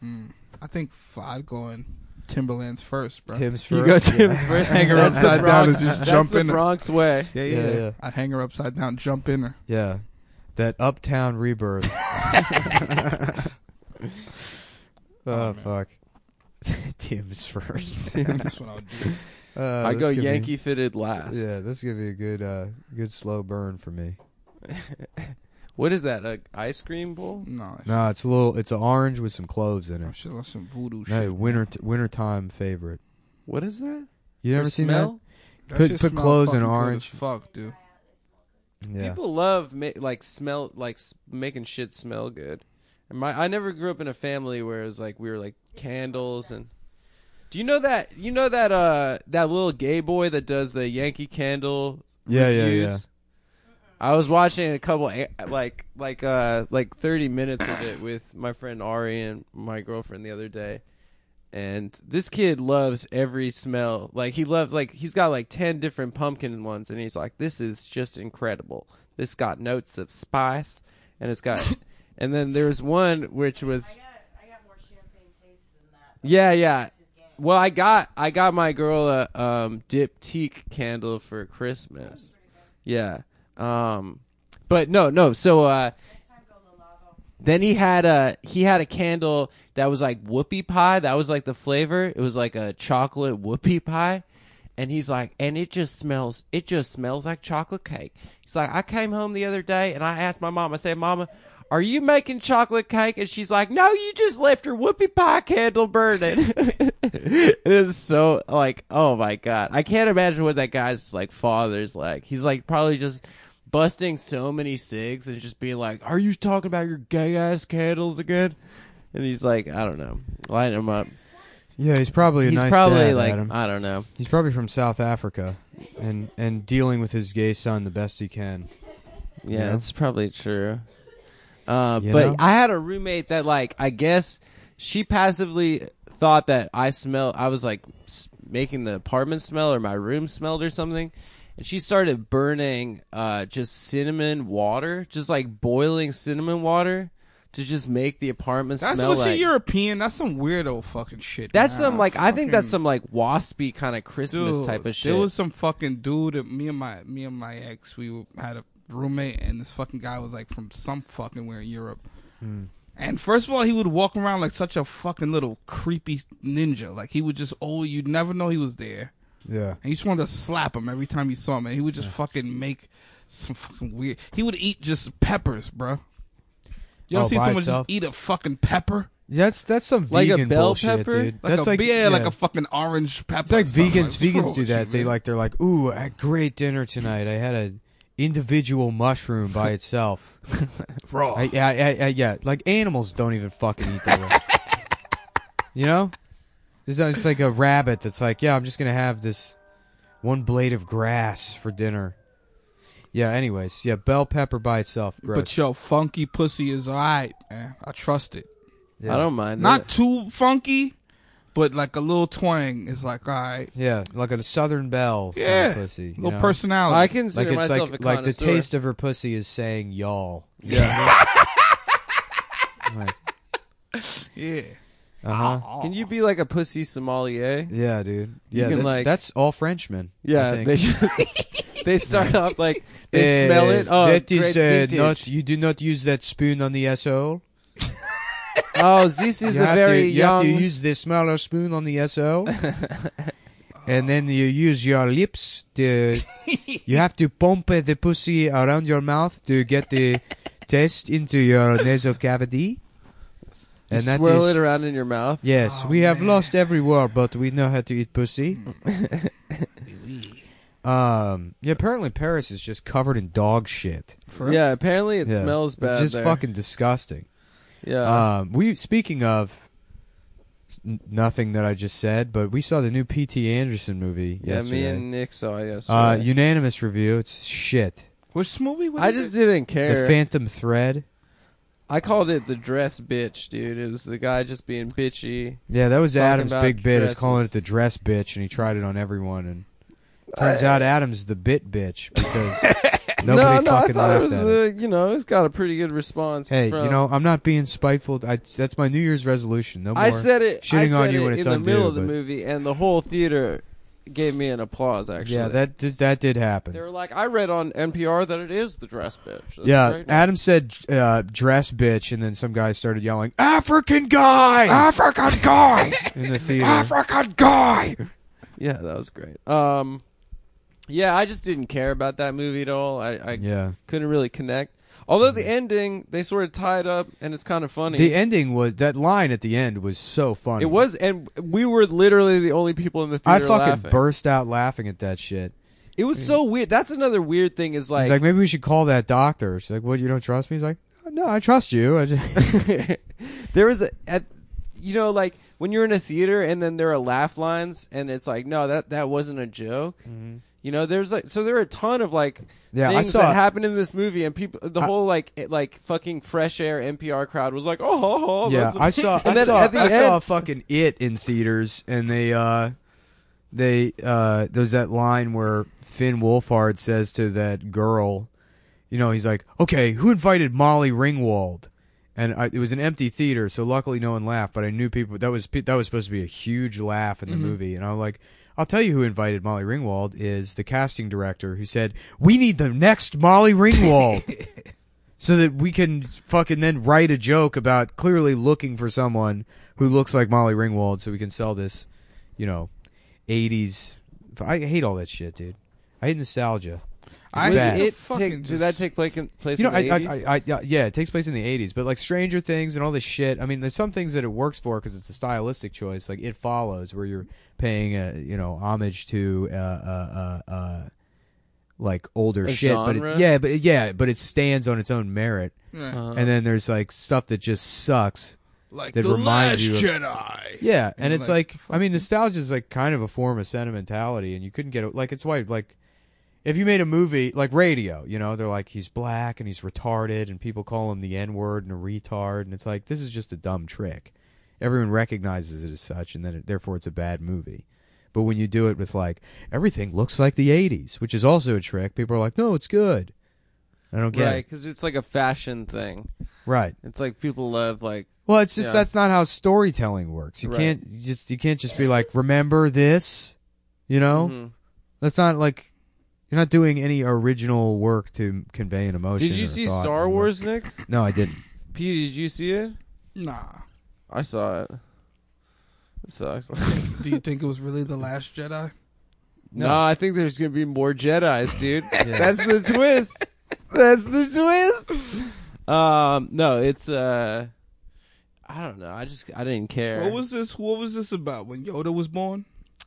Hmm. I think f- I'd go in Timberlands first, bro.
Tim's
You
first.
go Tim's first.
Hang her
That's the
upside down
Bronx-
and just
that's
jump
the
in her.
Bronx way.
Yeah, yeah, yeah.
I'd hang her upside down, jump in her.
Yeah. That uptown rebirth. oh,
Oh, man.
fuck. Tim's first.
That's what I would do.
Uh,
I
that's
go
gonna be-
Yankee fitted last.
yeah, that's gonna be a good, uh, good slow burn for me.
What is that? A ice cream bowl?
No. that
No, it's a little. It's an orange with some cloves in it.
Oh,
shit- that Oh, shit like some voodoo
Hey,
shit.
winter wintertime favorite.
What is that?
You ever
For
seen
smell?
That
put-
shit
put
smell
cloves in
fucking good
orange.
as Fuck, dude.
that? Yeah.
People love ma- like smell like s- making shit smell good. And my I never grew up in a family where it was like we were like candles and. Do you know that you know that uh that little gay boy that does the Yankee Candle?
Yeah, yeah,
reviews?
yeah.
I was watching a couple a- like like uh like thirty minutes of it with my friend Ari and my girlfriend the other day, and this kid loves every smell. Like he loves like he's got like ten different pumpkin ones, and he's like, "This is just incredible. This got notes of spice, and it's got." and then there's one which was
I got, I got more champagne taste than that.
yeah yeah.
That's his game.
Well, I got I got my girl a um, diptyque candle for Christmas. Yeah. Um, but no no so uh.
Next time go to Lavo.
Then he had a he had a candle that was like whoopie pie. That was like the flavor. It was like a chocolate whoopie pie. And he's like, and it just smells it just smells like chocolate cake. He's like, I came home the other day and I asked my mom, I said, Mama, are you making chocolate cake? And she's like, No, you just left your whoopie pie candle burning. it is so like, oh my god. I can't imagine what that guy's like father's like. He's like probably just busting so many cigs and just being like, "Are you talking about your gay ass candles again?" And he's like, "I don't know, light him up."
Yeah, he's probably a
he's
nice
probably
dad,
like,
Adam.
"I don't know."
He's probably from South Africa, and and dealing with his gay son the best he can.
Yeah,
You know?
that's probably true. Uh,
You
but
know?
I had a roommate that, like, I guess she passively thought that I smell. I was like s- making the apartment smell or my room smelled or something, and she started burning uh, just cinnamon water, just like boiling cinnamon water. To just make the apartment
That's
smell
what's
like
a European. That's some weirdo fucking shit.
That's
man.
some like I think that's
Fucking-
some like waspy kind of Christmas
Dude,
type of shit.
There was some fucking dude. That me and my me and my ex, we were- had a roommate, and this fucking guy was like from some fucking where in Europe.
Hmm.
And first of all, he would walk around like such a fucking little creepy ninja. Like he would just oh, you'd never know he was there.
Yeah.
And you just wanted to slap him every time you saw him. And he would just fucking make some fucking weird. He would eat just peppers, bro. You don't
Oh,
see
by
someone
itself?
just eat a fucking pepper,
That's that's some
Like a
vegan
bell
bullshit,
pepper?
dude.
like
that's
a
like
yeah, like
yeah.
a fucking orange pepper.
It's like
or something.
vegans.
what's
Vegans
wrong
do
with
that.
you,
They
man?
like they're like, ooh, a great dinner tonight. I had a individual mushrum by itself.
raw.
I, I, I, I, yeah, like animals don't even fucking eat that. way. you know, it's, not- it's like a rabbit that's like, yeah, I'm just gonna have this one blade of grass for dinner. Yeah. Anyways, yeah, bell pepper by itself. Gross.
But yo, funky pussy is alright, man. I trust it.
yeah.
I don't mind.
Not
it.
too funky, but like a little twang is like alright.
Yeah, like a southern belle. kinda
Yeah,
pussy. you
little
know?
personality.
I
Like
consider
it's
myself
like
a
like the
connoisseur.
taste of her pussy is saying y'all.
Yeah,
Like,
yeah.
uh huh.
Can you be like a pussy sommelier?
Yeah, dude.
You
Yeah,
can,
that's,
like-
that's all Frenchmen. I
Yeah,
think. Eh,
they just, they start off like they smell it. Oh,
that is uh,
great
not.
vintage.
You do not use that spoon on the SO.
Oh, this is
you
a
have
very
to, you
young.
have to use the smaller spoon on the SO. and then you use your lips to. you have to pump uh, the pussy around your mouth to get the taste into your nasal cavity.
you
And that
swirl
is-
it around in your mouth.
Yes,
Oh,
we have
man.
lost every war, but we know how to eat pussy. um, yeah, apparently Paris is just covered in dog shit.
Yeah, apparently it
Yeah.
smells bad.
It's just
there.
fucking disgusting.
Yeah.
Um, we speaking of s- n- nothing that I just said, but we saw the new P.T. Anderson movie
yeah,
yesterday.
me and Nick saw it yesterday.
uh, unanimous review. It's shit.
Which movie? Was
I
it?
just didn't
The
care.
Phantom Thread.
I called it the dress bitch, dude. It was the guy just being bitchy.
Yeah, that was
Talking
Adam's
about
big bit. Is calling it
dresses.
the dress bitch, and he tried it on everyone. And turns out Adam's the bit bitch because nobody
no,
fucking
no, I thought
laughed
it was,
at it.
uh, you know, it's got a pretty good response.
Hey,
from,
you know, I'm not being spiteful. I, that's my New Year's resolution. No more.
I said it. I
shitting
said
on you
it
when it's
in the
undue,
middle of the
but-
movie, and the whole theater gave me an applause. Actually,
yeah, that did, that did happen.
they were like, I read on NPR that it is the dress bitch. That's
yeah,
great.
Adam said uh, dress bitch, and then some guy started yelling African guy
African guy,
in the theater.
African guy.
yeah, that was great. Um, yeah, I just didn't care about that movie at all. I, I
yeah,
couldn't really connect. Although the ending, they sort of tied up, and it's kind of funny.
The ending was that line at the end was so funny.
it was, and we were literally the only people in the
I
theater.
fucking
laughing.
burst out laughing at that shit.
It was so weird. That's another weird thing. Is
He's like, maybe we should call that doctor. She's like, what? You don't trust me? He's like, no, I trust you. I just
there was a at, you know like when you're in a theater and then there are laugh lines and it's like no that that wasn't a joke you know there's like so there are a ton of like
Mm-hmm. Yeah, I
things
saw-
that happened in this movie and people the
I-
whole like it, like fucking fresh air NPR crowd was like oh, ho, ho,
yeah.
that's a-"
I saw.
and
I
then
saw.
at the
I
end
saw fucking it in theaters, and they uh, they uh, there's that line where Finn Wolfhard says to that girl, you know, he's like, okay, who invited Molly Ringwald? And I, it was an empty theater, so luckily no one laughed. But I knew people. That was pe- that was supposed to be a huge laugh in the
Mm-hmm.
movie, and I'm like. I'll tell you who invited Molly Ringwald is the casting director who said, "We need the next Molly Ringwald." so that we can fucking then write a joke about clearly looking for someone who looks like Molly Ringwald, so we can sell this, you know, '80s. I hate all that shit, dude. I hate nostalgia. It's
I-
was
bad.
Yeah.
it
Fucking
take,
just-
did that take place in place
you know, I,
in the
I,
80s?
I, I, yeah, it takes place in the '80s, but like Stranger Things and all this shit. I mean, there's some things that it works for because it's a stylistic choice, like It Follows, where you're paying a you know homage to uh uh uh, uh like older
A
shit, but it,
genre?
yeah, but yeah, but it stands on its own merit
Right.
Uh-huh.
and then there's like stuff that just sucks.
like
that
the
reminds
last
you of-
Jedi.
Yeah, and,
And
it's
like,
like, I mean, nostalgia is like kind of a form of sentimentality, and you couldn't get it. Like it's why like if you made a movie like Radio, you know, they're like he's black and he's retarded, and people call him the N word and a retard, and it's like this is just a dumb trick. Everyone recognizes it as such, and then it, therefore it's a bad movie. But when you do it with like everything looks like the '80s, which is also a trick, people are like, no, it's good. I don't get
right
it.
because it's like a fashion thing
Right.
it's like people love like
Well, it's just
Yeah.
that's not how storytelling works. You
Right.
can't you just you can't just be like, remember this, you know.
mhm.
That's not like you're not doing any original work to convey an emotion.
did you
or
see
thought
Star
or-
Wars Nick
No, I didn't.
P did you see it
Nah.
I saw it it sucks
Do you think it was really the last Jedi?
No, I think there's gonna be more Jedi's, dude. That's the twist. That's the twist. Um, no, it's uh, I don't know. I just I didn't care.
What was this? What was this about? When Yoda was born?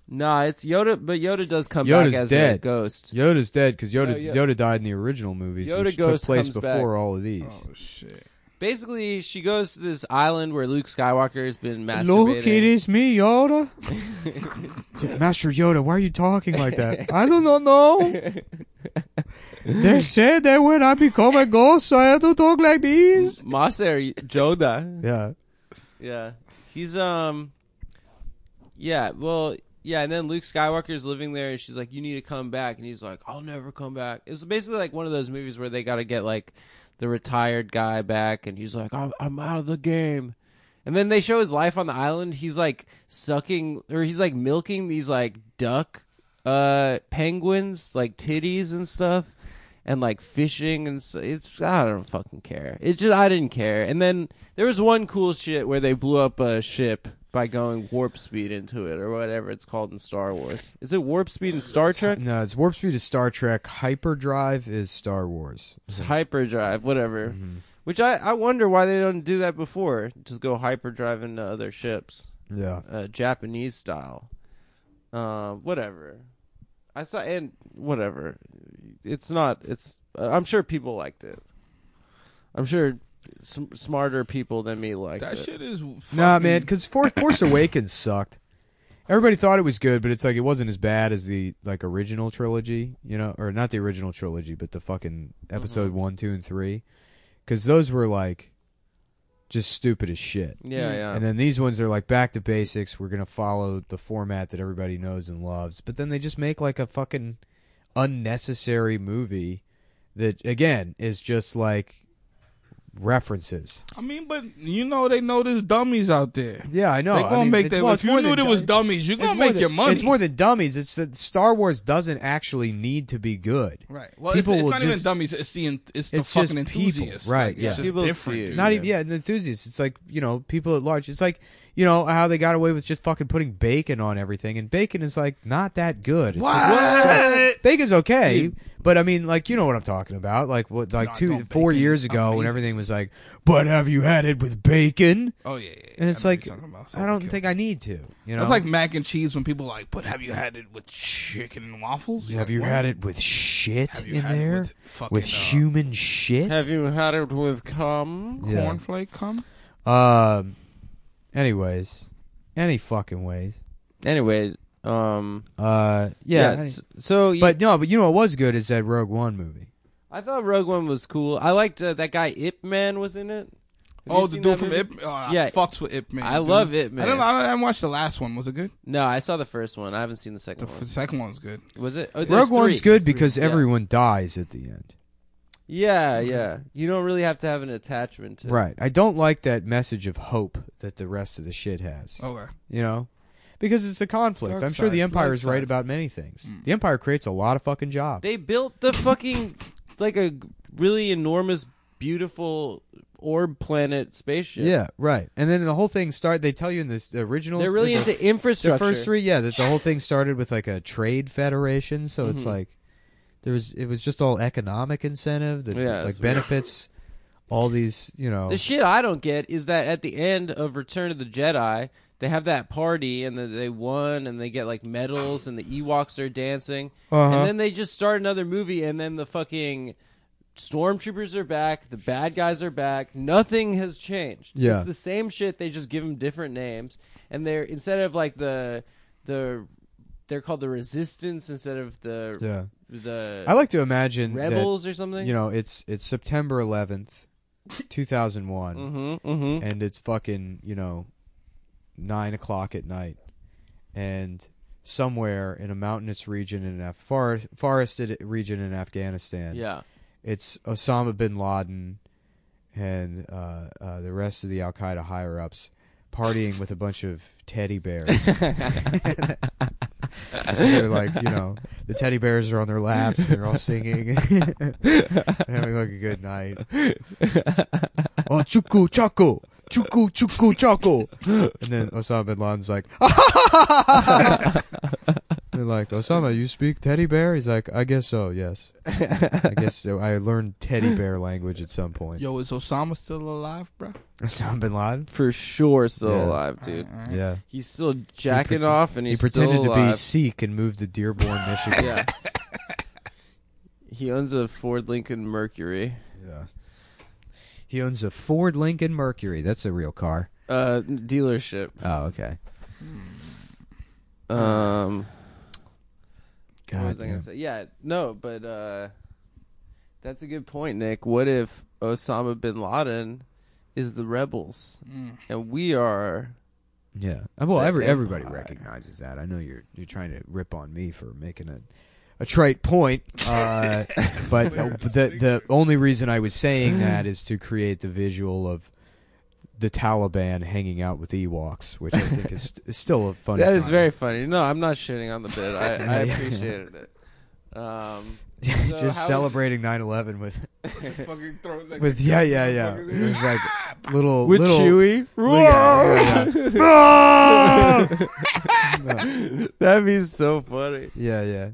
Nah, it's Yoda, but Yoda does come
Yoda's
back as a
dead.
ghost.
Yoda's dead because Yoda
No, Yo-
Yoda died in the original movies,
Yoda
which
Ghost
took place
comes
before
back.
all of these.
Oh shit!
Basically, she goes to this island where Luke Skywalker has been masturbating.
Look, it is me, Yoda. Master Yoda, why are you talking like that? I do not know. they said that when I become a ghost, I have to talk like this.
Master Yoda.
Yeah.
Yeah. He's um Yeah, well, yeah, and then Luke Skywalker's living there and she's like, You need to come back and he's like, I'll never come back. It's basically like one of those movies where they gotta get like the retired guy back and he's like, I'm I'm out of the game. And then they show his life on the island. He's like sucking or he's like milking these like duck uh penguins, like titties and stuff. And like fishing and so it's I don't fucking care. It just I didn't care. And then there was one cool shit where they blew up a ship by going warp speed into it or whatever it's called in Star Wars. Is it warp speed in Star Trek?
No, it's warp speed is Star Trek. Hyperdrive is Star Wars.
hyperdrive, whatever. Which I, I wonder why they don't do that before. Just go hyperdrive into other ships,
Yeah.
uh, Japanese style. Uh, whatever. I saw and whatever. It's not. It's. Uh, I'm sure people liked it. I'm sure sm- smarter people than me liked
That
it.
shit is
Nah, man, because Force, Force Awakens sucked. Everybody thought it was good, but it's like it wasn't as bad as the like original trilogy, you know, or not the original trilogy, but the fucking episode one, two, and three, because those were like just stupid as shit.
Yeah,
Hmm.
yeah.
And then these ones are like back to basics. We're gonna follow the format that everybody knows and loves. But then they just make like a fucking unnecessary movie that again is just like references.
I mean, but you know they know there's dummies out there.
Yeah, I know.
they
I
gonna
mean,
make
it's-
that.
well, it's
if you
more
knew
than
there was
dumb-
dummies, you're
it's
gonna
more
make
than-
your money.
It's more than dummies. It's that Star Wars doesn't actually need to be good.
right. Well,
People
it's, it's
will
not even
just-
dummies. It's the en- it's the
It's just
fucking
people,
enthusiasts.
right,
Like,
yeah.
It's just
People see
different.
it.
dude.
Not e- even yeah, an enthusiast. It's like you know people at large. It's like you know how they got away with just fucking putting bacon on everything, and bacon is like not that good. It's just-
What?
bacon's okay,
Dude,
but But I mean, like you know what I'm talking about. Like what, like
No,
two,
no,
four
bacon
years
is
ago, when
amazing.
everything was like, "But have you had it with bacon?"
Oh yeah, yeah, yeah.
And it's
I know
like,
what you're talking about.
I don't
Sounds
think I need to. You know,
That's like mac and cheese when people are like, but have you had it with chicken and waffles? You're
have
like,
you
"What?
had it with shit
Have you
in
had it
there?
with fucking, uh,
human shit?
Have you had it with cum?
Yeah.
cornflake come?
Um. Anyways, any fucking ways.
Anyway, um,
Uh. Yeah. any-
s- so, you-
but no. But you know what was good is that Rogue One movie.
I thought Rogue One was cool. I liked uh, that guy Ip Man was in it. Have
Oh,
you
the
seen
dude
that
from
movie?
Ip. Oh,
Yeah.
I fucks with Ip Man.
I
dude.
love Ip Man.
I don't. know, I didn't watch the last one. Was it good?
No, I saw the first one. I haven't seen the second
The f-
one.
second one's good.
Was it? Oh, there's
Rogue One's
three.
good because
Yeah.
everyone dies at the end.
Yeah, yeah. You don't really have to have an attachment to.
Mm-hmm. Right. I don't like that message of hope that the rest of the shit has.
Oh.
Okay.
You know. Because it's a conflict.
Dark
I'm sure the
side,
Empire
dark
is right
side.
about many things. The Empire creates a lot of fucking jobs.
Hmm. They built the fucking like a really enormous, beautiful orb planet spaceship.
yeah, right. And then the whole thing start. They tell you in this the original.
They're really
the-
into
the
infrastructure.
first three, yeah, that the whole thing started with like a trade federation, so it's
Mhm.
like there was it was just all economic incentive, the
Yeah,
like
that's weird.
benefits, all these you know.
The shit I don't get is that at the end of Return of the Jedi, they have that party and then they won and they get like medals and the Ewoks are dancing.
Uh-huh.
And then they just start another movie and then the fucking stormtroopers are back, the bad guys are back. Nothing has changed.
Yeah.
It's the same shit, they just give them different names and they're instead of like the the they're called the resistance instead of the
yeah,
the
I like to imagine that,
rebels or something.
you know, it's it's September 11th, 2001,
Mm-hmm. Mm-hmm.
and it's fucking you know nine o'clock at night, and somewhere in a mountainous region in a forest forested region in Afghanistan,
Yeah.
it's Osama bin Laden and uh, uh, the rest of the Al Qaeda higher ups partying with a bunch of teddy bears. they're like, you know, the teddy bears are on their laps and they're all singing and having like a good night. Oh, chuku chaku. Chuku chuku chaku. And then Osama bin Laden's like, they're like, Osama, you speak teddy bear? He's like, I guess so, yes. I guess so. I learned teddy bear language at some point.
Yo, is Osama still alive, bro?
Osama bin Laden?
For sure still
Yeah.
alive, dude.
Yeah.
He's still jacking
He pre-
off, and
He
he's
pretended
still
to be
alive.
Sikh and moved to Dearborn, Michigan.
yeah. He owns a Ford Lincoln Mercury.
Yeah. He owns a Ford Lincoln Mercury. That's a real car.
Uh, dealership.
Oh, okay.
Um,
Ah. God,
what was I
yeah.
gonna say? Yeah, no, but uh, that's a good point, Nick. What if Osama bin Laden is the rebels,
Mm.
and we are?
Yeah. Uh, Well,
That
every,
Empire.
everybody recognizes that. I know you're you're trying to rip on me for making a a trite point, uh, but uh, the the only reason I was saying that is to create the visual of the Taliban hanging out with Ewoks, which I think is, is still a funny.
That is
comment.
very funny. No, I'm not shitting on the bit. I, I
Yeah.
appreciated it. Um, So how is-
just celebrating 9/11 with
Fucking throw it like-
with yeah yeah yeah. It was like little
with
little
Chewie.
little- yeah, yeah, yeah.
That'd be so funny.
Yeah, yeah.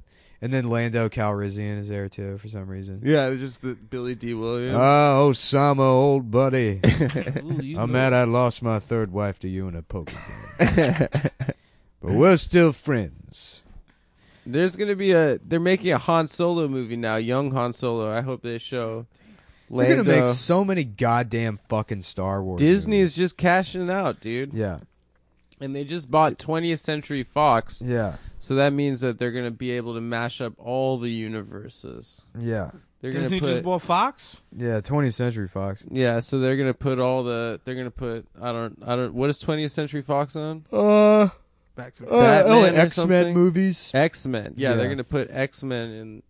And then Lando Calrissian is there too for some reason.
Yeah, it's just the Billy D. Williams.
Oh, Osama, old buddy.
Ooh, you
I'm
know-
mad I lost my third wife to you in a poker game. but we're still friends.
There's gonna be a. They're making a Han Solo movie now. Young Han Solo. I hope they show.
We're
Lando.
gonna make so many goddamn fucking Star Wars.
Disney's just cashing out, dude.
movies. Yeah.
And they just bought 20th Century Fox,
Yeah.
so that means that they're gonna be able to mash up all the universes.
Yeah.
They're gonna
Disney
put.
just bought Fox.
Yeah, twentieth century Fox.
yeah, so they're gonna put all the. They're gonna put. I don't. I don't. What is 20th Century Fox on?
Uh,
Back to the
uh
Batman
oh,
or
X Men
something?
movies.
X Men. Yeah,
Yeah.
they're gonna put X Men and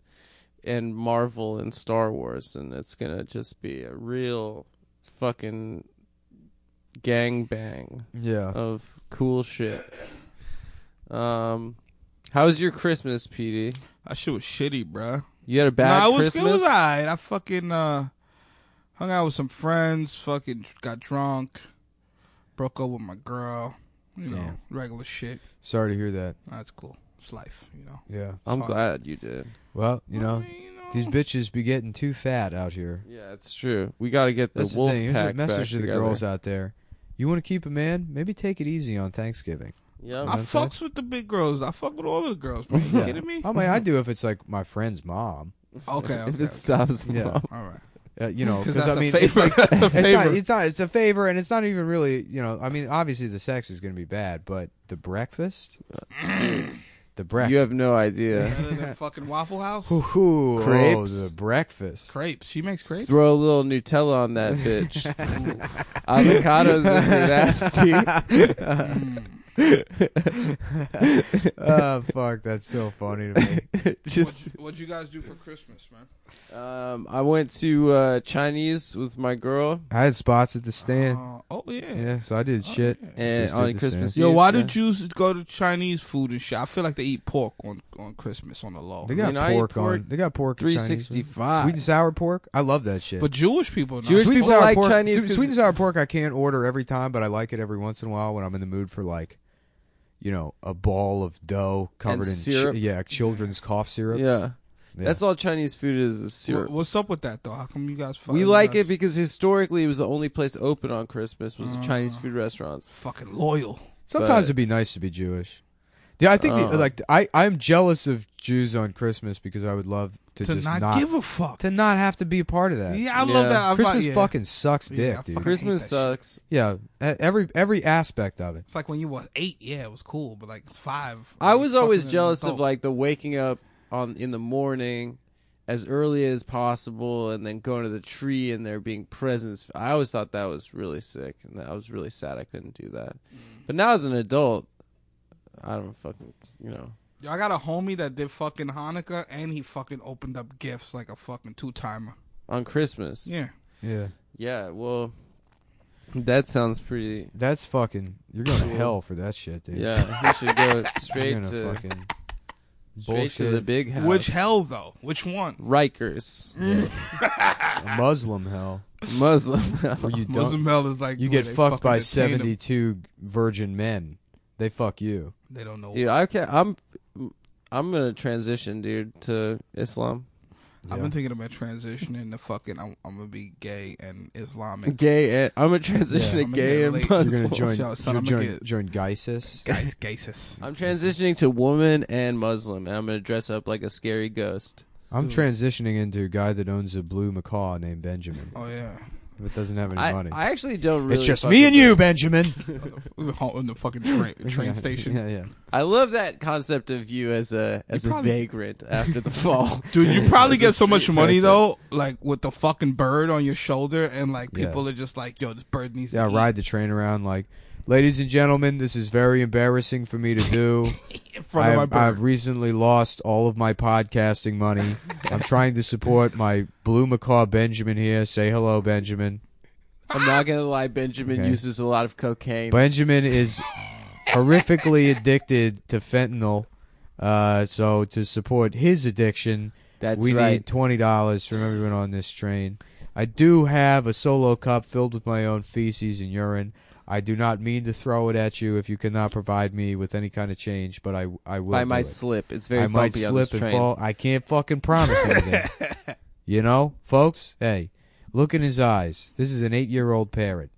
and Marvel and Star Wars, and it's gonna just be a real fucking gangbang
Yeah.
of cool shit. Um, how was your Christmas, PD?
That shit was shitty, bruh.
You had a bad
nah, it was
Christmas.
it was alright. I fucking uh, hung out with some friends. Fucking got drunk. Broke up with my girl. You know,
Damn.
regular shit.
Sorry to hear that.
That's cool. It's life, you know.
Yeah.
I'm
Fuck.
glad you did.
Well, you know,
I mean, you know,
These bitches be getting too fat out here.
Yeah, it's true. We got to get the
That's the
wolf
thing. Here's a
pack back
message to the
together.
girls out there. You want to keep a man? Maybe take it easy on Thanksgiving.
Yep.
I
I'm saying?
fucks with the big girls. I fuck with all of the girls. Bro. You
Yeah.
kidding me?
I mean, I do if it's like my friend's mom.
Okay,
if
okay.
it stops,
Yeah.
mom.
All right.
Uh, you know,
Because
because
that's
I mean,
a
it's
favor.
like
that's a
it's
favor.
not, it's not. It's a favor, and it's not even really. You know, I mean, obviously the sex is going to be bad, but the breakfast, the
you
breakfast.
have no idea.
Better than fucking Waffle House.
Ooh, oh,
Crepes?
the breakfast.
crepes. She makes crepes.
Throw a little Nutella on that bitch. Avocados is nasty.
oh fuck, that's so funny to me.
Just,
What would you guys do for Christmas, man?
um, I went to uh, Chinese with my girl,
I had spots at the stand.
oh yeah.
Yeah, so I did shit.
and
Just did
on
the
Christmas
Yo,
Eve,
why
yeah.
do Jews go to Chinese food and shit? I feel like they eat pork on, on Christmas on the low.
They got
Oh, I mean, I eat
pork,
pork
on. They got pork. in Chinese food.
365.
Sweet and sour pork. I love that shit.
But Jewish people, not.
Jewish
sweet and
people
sour
like
pork,
Chinese
Sweet,
'cause-
sweet and sour pork. I can't order every time, but I like it every once in a while when I'm in the mood for like, you know, a ball of dough covered in
syrup.
Chi- yeah, children's cough syrup.
Yeah.
Yeah.
that's all Chinese food is. is syrup.
Wha- What's up uh, with that though? How come you guys? fuck-
we
you
like
guys
it because historically it was the only place open on Christmas was the
Ah.
Chinese food restaurants.
Fucking loyal.
Sometimes it'd
but-
be nice to be Jewish. Yeah, I think the,
Uh.
like I I'm jealous of Jews on Christmas because I would love to,
To,
just
not,
not,
give a fuck.
to not have to be a part of that.
yeah, I
Yeah.
love that. I
Christmas
fuck- yeah.
fucking sucks
Yeah,
dick,
I
dude.
fucking-
Christmas
that shit.
sucks.
Yeah, e- every every aspect of it.
It's like when you were eight. Yeah, it was cool, but like it's five.
I
like,
was always
fucking an
jealous of
adult.
like the waking up on in the morning as early as possible and then going to the tree and there being presents. I always thought that was really sick and I was really sad I couldn't do that.
Mm.
But now as an adult, I don't fucking you know.
Yo, I got a homie that did fucking Hanukkah and he fucking opened up gifts like a fucking two timer.
On Christmas.
Yeah.
Yeah,
Yeah, well that sounds pretty
that's fucking. You're going to hell for that shit, dude.
yeah, we should go
you're
straight
gonna
to
fucking
straight to the
bullshit
big house.
Which hell though? Which one?
Rikers.
a Muslim hell
Muslim.
where you don't
Muslim hell is like
you
where
get
they
fucked
fucking
by
detain 'em.
72 virgin men. They fuck you.
They don't know.
dude, I can't, I'm I'm gonna transition, dude, to Islam.
I've
Yeah.
been thinking about transitioning to fucking. I'm, I'm gonna be gay and Islamic.
Gay. And, I'm gonna transition
Yeah.
to
I'm
gay
gonna
and
relate-
You're gonna
Muslim.
join
Yo, son,
you're
I'ma
join,
get-
join GISIS.
Guys, gaysis.
I'm transitioning to woman and Muslim, and I'm gonna dress up like a scary ghost.
I'm
Dude.
transitioning into a guy that owns a blue macaw named Benjamin,
Oh yeah.
but doesn't have any
I,
money.
I actually don't really.
it's just
fuck
me
with
and
it.
you, Benjamin.
We were home in the fucking train, train station.
Yeah, yeah.
I love that concept of you as a as
probably-
a vagrant after the fall,
Dude, you probably
As a
get so much
street
money
person.
though, like with the fucking bird on your shoulder, and like
Yeah.
people are just like, "Yo, this bird needs
Yeah,
to
I ride the train around like, ladies and gentlemen, this is very embarrassing for me to do.
eat in front
I
of
have,
my
I've
bird."
recently lost all of my podcasting money. I'm trying to support my blue macaw Benjamin here. Say hello, Benjamin.
I'm not gonna lie. Benjamin
Okay.
uses a lot of cocaine.
Benjamin is horrifically addicted to fentanyl. Uh, so to support his addiction,
That's
we
right.
need twenty dollars from everyone on this train. I do have a solo cup filled with my own feces and urine. I do not mean to throw it at you if you cannot provide me with any kind of change, but I I will.
I
do
might
it.
slip. It's very
I might
bumpy on
slip
this
and
train.
fall. I can't fucking promise anything. you know, folks. Hey, look in his eyes. This is an eight-year-old parrot.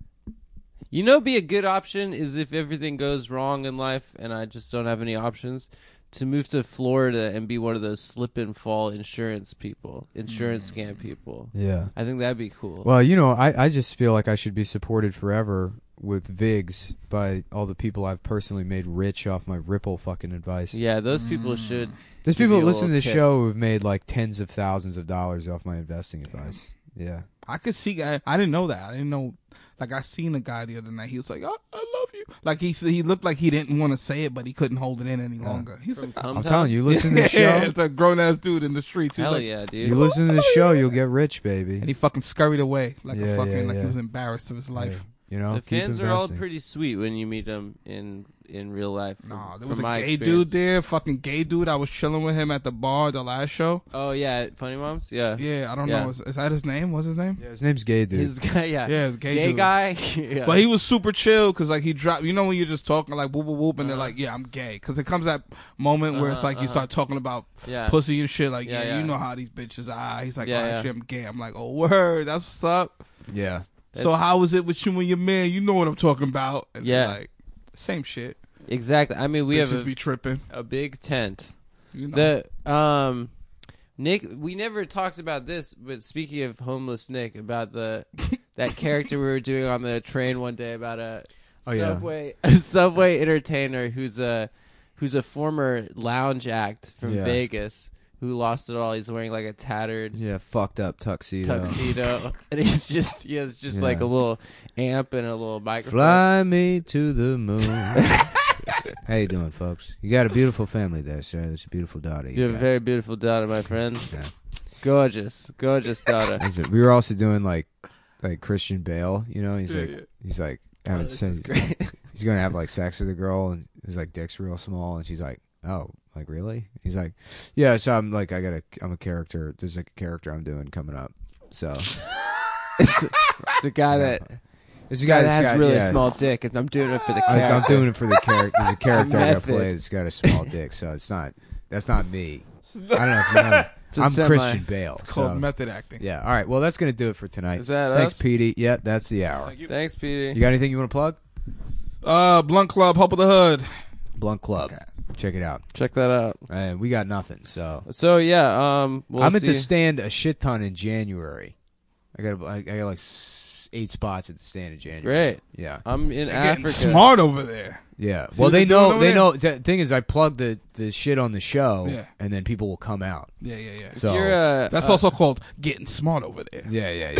You know, be a good option is if everything goes wrong in life and I just don't have any options to move to Florida and be one of those slip and fall insurance people, insurance
Mm.
scam people.
Yeah.
I think that'd be cool.
Well, you know, I, I just feel like I should be supported forever with Vigs by all the people I've personally made rich off my Ripple fucking advice.
yeah, those people
Mm.
should.
There's
Give
people
you
that
a
listen to
little
the
tip.
show who've made like tens of thousands of dollars off my investing advice. Yeah.
I could see. I, I didn't know that. I didn't know. Like I seen a guy the other night. He was like, "I, I love you." Like he said- he looked like he didn't want to say it, but he couldn't hold it in any longer. He's like,
I'm, telling you, listen to the
yeah,
show.
it's a grown ass dude in the streets. He's
Hell
like,
yeah, dude.
You listen to the show, you'll get rich, baby.
and he fucking scurried away like
Yeah,
a fucking
yeah,
like
yeah.
he was embarrassed of his life.
You know,
the
Keep
fans are all
investing.
pretty sweet when you meet them in in real life. from-
Nah, there
from
was a
my
gay
experience.
dude there, fucking gay dude. I was chilling with him at the bar the last show.
Oh yeah, at Funny Moms. Yeah,
Yeah, I don't
Yeah.
know. Is, is that his name? What's his name?
Yeah, his name's Gay Dude.
his guy. Yeah,
Yeah, it's gay
gay
dude.
guy. yeah.
But he was super chill because like he dropped. You know when you're just talking like whoop whoop whoop, and they're like, "Yeah, I'm gay." Because it comes that moment where it's
Uh-huh,
like you
uh-huh.
start talking about
yeah.
pussy and shit. Like, yeah,
Yeah, yeah.
you know how these bitches are. He's like,
Yeah,
"Oh,
yeah.
shit, I'm gay." I'm like, "Oh, word, that's what's up."
yeah,
so
That's-
how was it with you and your man? You know what I'm talking about? And
Yeah.
like same shit.
exactly. I mean, we
bitches
have a,
be tripping.
a big tent.
You know,
The um, Nick, we never talked about this, but speaking of homeless Nick, about the that character we were doing on the train one day about a
Oh, yeah.
subway a subway entertainer who's a who's a former lounge act from
Yeah.
Vegas who lost it all. He's wearing like a tattered
Yeah, fucked up tuxedo.
tuxedo, and he's just he has just like
Yeah.
a little amp and a little microphone.
Fly me to the moon. How you doing, folks? You got a beautiful family there, sir. There's a beautiful daughter.
You have a
got.
very beautiful daughter, my friend.
Yeah.
Gorgeous, gorgeous daughter.
Is it- we were also doing like like Christian Bale. You know, he's
Yeah,
like
yeah.
he's like
Oh,
having
this
sex.
is great.
He's gonna have like sex with a girl, and his like dick's real small, and she's like, oh. Like really? He's like, yeah. So I'm like, I got a, I'm a character. There's like a character I'm doing coming up. So
It's a guy that
it's a guy
that
that's
has
got-
really
yeah,
small dick, and I'm doing it for the
I-
character.
I'm doing it for the character. There's a character I got to
Method.
play that's got a small dick, so it's not. That's not me. I don't know if you know.
It's a
I'm
semi.
Christian Bale.
it's called
so-
method acting.
yeah. All right. Well, that's gonna do it for tonight.
Is that
Thanks,
us?
Petey. Yeah, that's the hour.
Thanks,
You
Petey.
got anything you want to plug?
Uh, Blunt Club, Hope of the Hood.
Blunt Club. Check it out.
Check that out.
And we got nothing. So
So yeah, um, we'll
I'm at
see.
the stand a shit ton in January. I got I, I got like s- eight spots at the stand in January.
Great.
Yeah.
I'm in
Getting
Africa.
smart over there.
Yeah.
See
well,
what
they
they're doing
know.
over
They
there?
know. The thing is, I plug the the shit on the show,
Yeah.
and then people will come out.
Yeah, yeah, yeah.
So
You're a,
That's
uh,
also called getting smart over there.
yeah, yeah, yeah.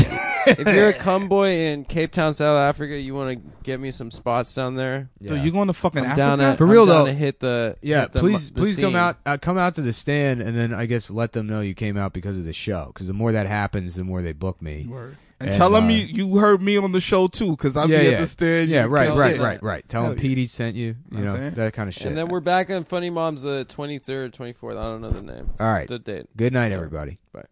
if you're a cum boy in Cape Town, South Africa, you want to get me some spots down there.
yeah.
So you going to fucking
I'm
Africa?
down at,
For
I'm
real,
down
though.
To hit the
yeah,
hit the mu-
please,
the
please come
scene.
out, uh, come out to the stand, and then I guess let them know you came out because of the show. Because the more that happens, the more they book me.
Word. And,
And,
tell them
uh,
you, you heard me on the show too, because I'm
yeah,
here
yeah.
to stand.
Yeah,
you
right,
killed
right,
it.
right, right. Tell
Hell
them
yeah.
Petey sent you. You
I'm
know
saying.
that kind of shit.
And then we're back on Funny Moms the 23rd, 24th. I don't know the name,
all right.
the date.
Good night, everybody.
Bye.